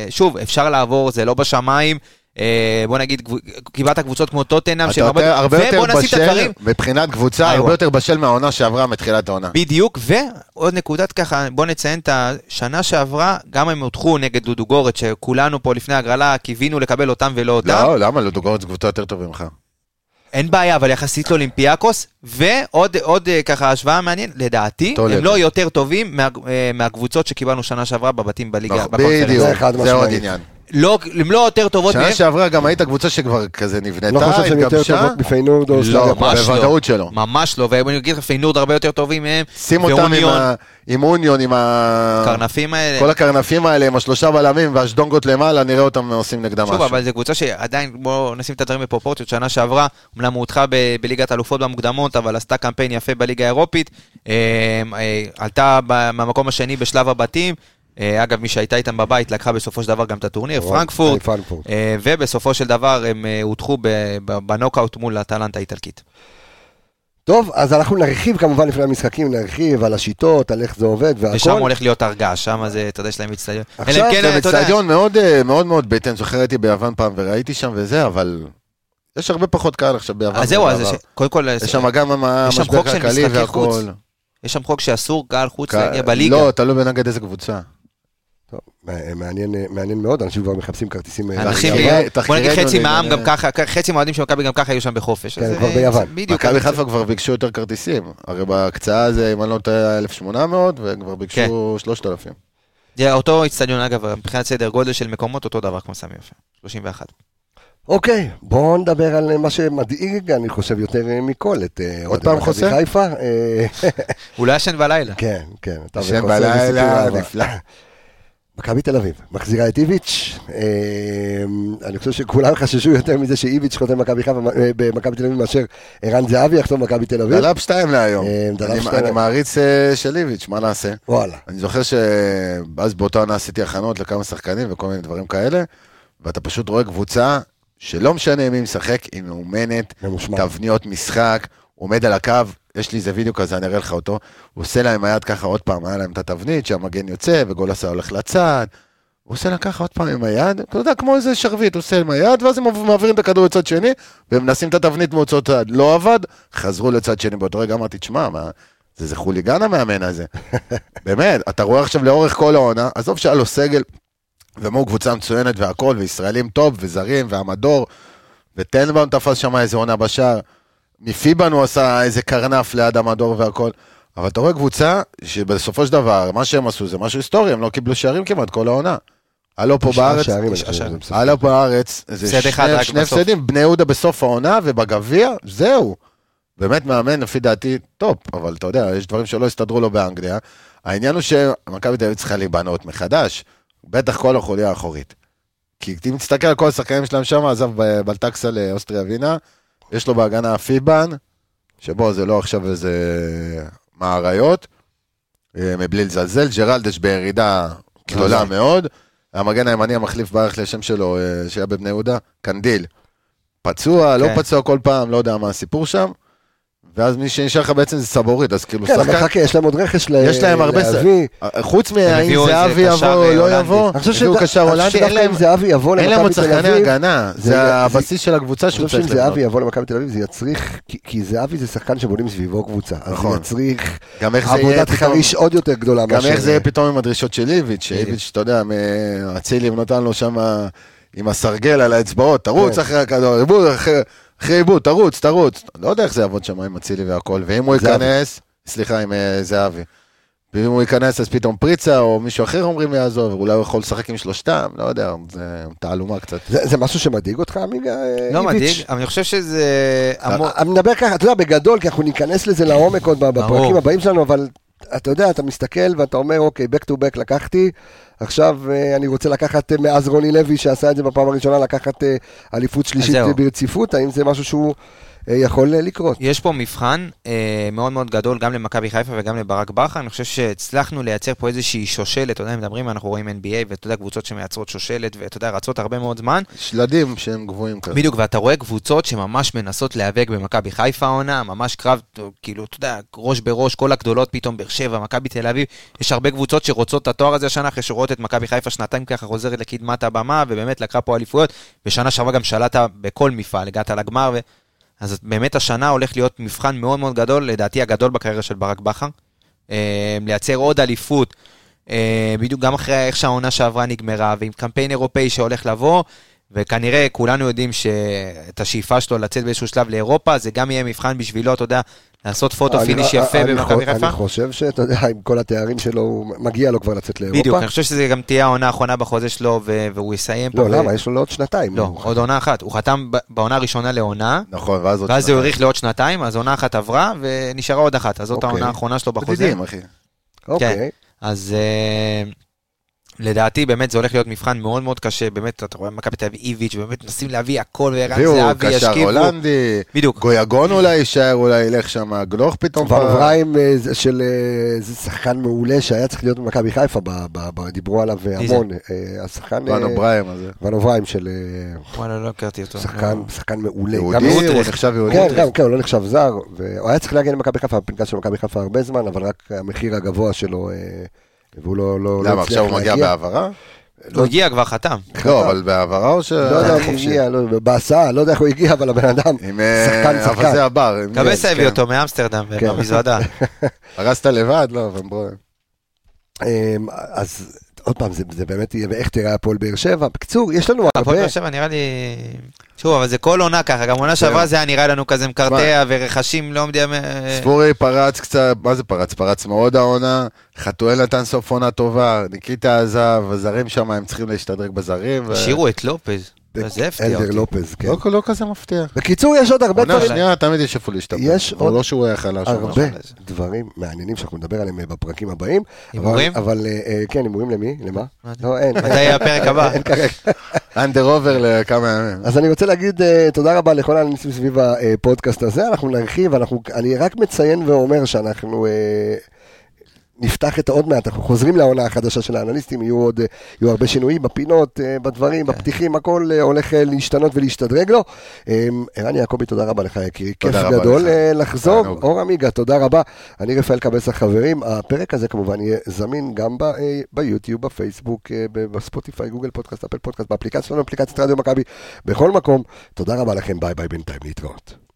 ושוב, אפשר לעבור, זה לא בשמיים. אה, בוא נגיד, קב- קיבלת קבוצות כמו טוטנאם, אתה יותר- הרבה יותר בשל, מבחינת קבוצה, איואה. הרבה יותר בשל מהעונה שעברה מתחילת העונה. בדיוק, ועוד נקודת ככה, בוא נציין את השנה שעברה, גם הם הודחו נגד דודו גורץ, שכולנו פה לפני הגרלה קיווינו לקבל אותם ולא אותם. לא, למה? לודוגורץ קבוצה יותר טובה ממך. אין בעיה, אבל יחסית לאולימפיאקוס, ועוד עוד, אה, ככה השוואה מעניינת, לדעתי, טולדו. הם לא יותר טובים מה- אה, מהקבוצות שקיבלנו שנה שעברה בבתים בליגה. נכון, בקונפרנס. בדיוק, זה חד זה עוד משמעית. עניין. לא, הם לא יותר טובות מהם. שנה שעברה גם הייתה קבוצה שכבר כזה נבנתה, לא חושב שהן יותר התגבשה. טובות מפיינורד או לא, סלאגה. מה? ממש לא. בוודאות שלא. ממש לא, ואני אגיד לך, פיינורד הרבה יותר טובים מהם. שים אותם עם ואוניון, ה- עם אוניון, עם ה... הקרנפים האלה. כל הקרנפים האלה, עם השלושה בלמים והשדונגות למעלה, נראה אותם עושים נגדם שוב, משהו. אבל זו קבוצה שעדיין, בואו נשים את הדברים בפרופורציות, שנה שעברה, אמנם הוא הודחה ב- בליגת אלופות במוקדמות, אבל עשתה קמפיין יפה בליגה האירופית, אה, אה, עלתה ב- מהמקום השני בשלב הבתים, אה, אגב, מי שהייתה איתם בבית לקחה בסופו של דבר גם את הטורניר, וואו, פרנקפורט, פרנקפורט. אה, ובסופו של דבר הם אה, הודחו ב- ב- בנוקאוט מול אטלנטה האיטלקית. טוב, אז אנחנו נרחיב כמובן לפני המשחקים, נרחיב על השיטות, על איך זה עובד ושם והכל. הולך להיות הרגעה, שם זה, אתה יודע, יש להם מצטדיון. עכשיו אלא אם כן, זה אתה יודע, אצטדיון מאוד אה, מאוד מאוד ביתי, אני זוכר הייתי ביוון פעם וראיתי שם וזה, אבל יש הרבה פחות קהל עכשיו ביוון. אז זהו, אז מבעבר. ש- קודם כל, יש שם גם יש שם המשבר חוק של הכלכלי משחקי חוץ. והכל. יש שם חוק שאסור קהל חוץ קה- להגיע בליגה. לא, תלוי בנגד איזה קבוצה. טוב, מע- מעניין, מעניין מאוד, אנשים כבר מחפשים כרטיסים. אה, אנשים, ביוון. תחקירי- בוא נגיד תחקירנו חצי מהעם לענייני- גם ככה, חצי מהאוהדים של מכבי גם ככה היו שם בחופש. כן, אז, כבר אה, ביוון. בדיוק. מכבי חיפה כבר ביקשו יותר כרטיסים. הרי בהקצאה זה, אם אני לא טועה, 1,800, וכבר ביקשו כן. 3,000. זה אותו איצטדיון, אגב, מבחינת סדר גודל של מקומות, אותו דבר כמו סמי עופר. 31. אוקיי, בואו נדבר על אה, מה שמדאיג, אני חושב, יותר אה, מכל, את אה, אוהדי פעם מכבי חוסה? חיפה. אה, הוא לא ישן בלילה. כן, כן, אתה ישן וחוסה זה בלילה, סיפור אהבה. נפלא. מכבי תל אביב, מחזירה את איביץ', אה, אני חושב שכולם חששו יותר מזה שאיביץ' חותם מכבי חיפה, אה, במכבי תל אביב מאשר ערן זהבי יחתום במכבי תל אביב. דלאפ 2 להיום. אה, דלאפ אני- שתיים. אני מעריץ אה, של איביץ', מה נעשה? וואלה. אני זוכר שאז באותה עונה עשיתי הכנות לכמה שחקנים וכל מיני דברים כאלה, ואתה פשוט רואה קבוצה שלא משנה מי משחק, היא מאומנת, ממושמעת. תבניות משחק, עומד על הקו, יש לי איזה וידאו כזה, אני אראה לך אותו, הוא עושה להם היד ככה עוד פעם, היה להם את התבנית שהמגן יוצא וגולסה הולך לצד. הוא עושה לה ככה עוד פעם עם היד, אתה יודע, כמו איזה שרביט, הוא עושה עם היד, ואז הם מעבירים את הכדור לצד שני, ומנסים את התבנית מאותו צד. לא עבד, חזרו לצד שני באותו רגע, אמרתי, תשמע, מה, זה, זה חוליגן המאמן הזה. באמת, אתה רואה עכשיו לאורך כל העונה, עזוב שהיה לו סגל, ומו קבוצה מצוינת והכל, וישראלים טוב, וזרים, והמדור, וטנבאום תפס שם איזה עונה בשער, מפיבן הוא עשה איזה קרנף ליד המדור והכל, אבל אתה רואה קבוצה שבסופו של דבר, מה שהם עשו זה משהו היסטורי, הם לא קיבלו שערים כמעט כל העונה. הלא פה בארץ, שערים, תשעה אני חושב, שערים. זה בסדר. הלא פה בארץ, זה הפסד אחד שני- רק שני בסוף. הפסדים, בני יהודה בסוף העונה ובגביע, זהו. באמת מאמן, לפי דעתי, טופ, אבל אתה יודע, יש דברים שלא הסתדרו לו באנגליה. העניין הוא שמכבי תל אביב צריכה להיבנות מחדש, בטח כל החוליה האחורית. כי אם תסתכל על כל השחקנים שלהם שם, עזב ב- בלטקסה לאוסטריה ווינה, יש לו בהגנה פיבן, שבו זה לא עכשיו איזה מאריות, אה, מבלי לזלזל, ג'רלדש בירידה גדולה נכון. מאוד, המגן הימני המחליף בערך לשם שלו, אה, שהיה בבני יהודה, קנדיל. פצוע, לא כן. פצוע כל פעם, לא יודע מה הסיפור שם, ואז מי שנשאר לך בעצם זה סבורית, אז כאילו כן, אבל שחקן, חכה, יש להם עוד רכש ל- יש להם הרבה להביא. חוץ מהאם הביאו איזה זהבי קשר יבוא או לא הולנדי. יבוא, אני חושב הביאו שד- קשר אני חושב הולנדי, אין שדווקא להם- אם זהבי יבוא אין להם עוד למכבי תל שחקני אביב, הגנה, זה- זה הבסיס של הקבוצה אני שהוא חושב צריך שאם זהבי לבנות. יבוא למכבי תל אביב, זה יצריך, כי- כי זהבי זה שחקן שבונים סביבו קבוצה. אז זה נכון. יצריך גם איך זה יהיה עבודת פתאום, חריש עוד יותר גדולה. גם מאשר- איך זה יהיה פתאום עם הדרישות של איביץ', כן. שאיביץ', אתה יודע, מ- אצילי נתן לו שם אה, עם הסרגל על האצבעות, תרוץ כן. אחרי הכדור, עיבוד אחרי- אחרי עיבוד, תרוץ, תרוץ. לא יודע איך זה יעבוד שם עם אצילי והכל, ואם הוא זהבי. ייכנס, סליחה, עם אה, זהבי. ואם הוא ייכנס אז פתאום פריצה, או מישהו אחר אומרים יעזוב, אולי הוא יכול לשחק עם שלושתם, לא יודע, זה תעלומה קצת. זה זה משהו שמדאיג אותך, עמיגה אה, לא איביץ'? אה, מדאיג, אבל אני חושב שזה... המון- אני מדבר ככה, אתה יודע, בגדול, כי אנחנו ניכנס לזה לעומק עוד בפרקים ברור. הבאים שלנו, אבל אתה יודע, אתה מסתכל ואתה אומר, אוקיי, back to back לקחתי, עכשיו אה, אני רוצה לקחת, אה, מאז רוני לוי שעשה את זה בפעם הראשונה, לקחת אה, אליפות שלישית זהו. ברציפות, האם זה משהו שהוא אה, יכול אה, לקרות? יש פה מבחן אה, מאוד מאוד גדול גם למכבי חיפה וגם לברק בכר. אני חושב שהצלחנו לייצר פה איזושהי שושלת, אתה יודע, מדברים, אנחנו רואים NBA, ואתה יודע, קבוצות שמייצרות שושלת, ואתה יודע, רצות הרבה מאוד זמן. שלדים שהם גבוהים ככה. בדיוק, ואתה רואה קבוצות שממש מנסות להיאבק במכבי חיפה העונה, ממש קרב, כאילו, אתה יודע, ראש בראש, כל הגדולות פתאום, באר שבע, מכבי תל אביב, יש הרבה קבוצות שרוצות את התואר הזה השנה, אחרי שרואות את מכבי חיפה שנתיים ככה חוזרת לקדמת הבמה, ובאמת לקחה פה אליפויות, בשנה שעברה גם שלטת בכל מפעל, הגעת לגמר, ו... אז באמת השנה הולך להיות מבחן מאוד מאוד גדול, לדעתי הגדול בקריירה של ברק בכר. אה, לייצר עוד אליפות, אה, בדיוק גם אחרי איך שהעונה שעברה נגמרה, ועם קמפיין אירופאי שהולך לבוא, וכנראה כולנו יודעים שאת השאיפה שלו לצאת באיזשהו שלב לאירופה, זה גם יהיה מבחן בשבילו, אתה יודע, לעשות אה, פוטו פיניש אני- יפה אני- במכבי אני חיפה. חושב שאתה יודע, עם כל התארים שלו, הוא- מגיע לו כבר לצאת לאירופה. בדיוק, אני חושב שזה גם תהיה העונה האחרונה בחוזה שלו, ו- והוא יסיים פה. לא, ו- למה? יש לו לעוד שנתיים. לא, הוא- עוד עונה אחת. הוא חתם ב- בעונה הראשונה לעונה, נכון, ואז עוד ואז הוא שנתיים. האריך לעוד שנתיים, אז עונה אחת עברה, ונשארה עוד אחת. אז זאת אוקיי. העונה האחרונה שלו בחוזה. בדידים, אחי. כן. אוקיי. אז אה, לדעתי באמת זה הולך להיות מבחן מאוד מאוד קשה, באמת אתה רואה מכבי תל אביב איביץ', ובאמת מנסים להביא הכל, וערן הביאו זהבי קשר ישכיבו. הולנדי, בדיוק. גויגון אולי יישאר, אולי ילך שם גלוך פתאום. ון כבר. אוברהיים אה, זה- של אה, זה שחקן מעולה שהיה צריך להיות במכבי חיפה, ב- ב- ב- דיברו עליו אה, מי זה? המון. אה, השחקן... ון אה, אברהם הזה. ון אוברהיים של אה, וואלה, לא הכרתי אותו. שחקן, שחקן מעולה. גם יהודי, מאוד- הוא נחשב יהודי. כן, גם, כן, הוא לא נחשב זר, והוא היה צריך להגיע למכבי חיפה, הפנקס של מכבי חיפה הרבה זמן, אבל רק המחיר הגבוה שלו, אה, והוא לא, לא, לא למה, עכשיו הוא מגיע בהעברה? הוא הגיע כבר חתם. לא, אבל בהעברה או ש... לא יודע איך הוא חופשי? הגיע, לא, בהסעה, לא יודע איך הוא הגיע, אבל הבן אדם, עם, אה, שחקן, אבל זה שחקן. הבר. עם קבס כן. הביא אותו מאמסטרדם, כן. במזוודה. הרסת לבד? לא, ון ברום. אה, אז עוד פעם, זה, זה באמת יהיה, ואיך תראה הפועל באר שבע. בקיצור, יש לנו הרבה... הפועל באר שבע נראה לי... שוב, אבל זה כל עונה ככה, גם עונה שעברה זה היה נראה לנו כזה מקרטע, ורכשים לא יודע... מה- ספורי פרץ קצת, מה זה פרץ? פרץ מאוד העונה, חתואל נתן סוף עונה טובה, ניקיטה עזב, הזרים שם הם צריכים להשתדרג בזרים. ו- השאירו את לופז. זה הפתיע אלדר אותי. לופז, כן. לא לא כזה מפתיע. בקיצור, יש עוד הרבה עונה דברים. שנייה תמיד יש איפה להשתפר. יש אבל עוד- לא שהוא היה חלש. אבל- הרבה משהו כזה. דברים מעניינים שאנחנו נדבר עליהם אה, בפרקים הבאים. אבל- הימורים? אבל אה, אה, כן, הימורים למי? למה? לא יודע. לא, אין. מתי יהיה הפרק הבא? אין כרגע. אנדר עובר לכמה ימים. אז אני רוצה להגיד אה, תודה רבה לכל האנשים סביב הפודקאסט הזה, אנחנו נרחיב, אנחנו, אני רק מציין ואומר שאנחנו... אה, נפתח את עוד מעט, אנחנו חוזרים לעונה החדשה של האנליסטים, יהיו עוד, אה, יהיו הרבה שינויים בפינות, אה, בדברים, כן. בפתיחים, הכל אה, הולך אה, להשתנות ולהשתדרג לו. אה, ערן יעקבי, תודה רבה לך, יקירי. כיף תודה רבה גדול לך. אה, לחזור. תענוג. אור עמיגה, תודה רבה. אני רפאל קבס החברים. הפרק הזה כמובן יהיה זמין גם ב- אה, ביוטיוב, בפייסבוק, אה, ב- בספוטיפיי, גוגל פודקאסט, אפל פודקאסט, באפליקציה שלנו, אפליקציית רדיו מכבי, בכל מקום. תודה רבה לכם, ביי ביי בינתיים, להתראות.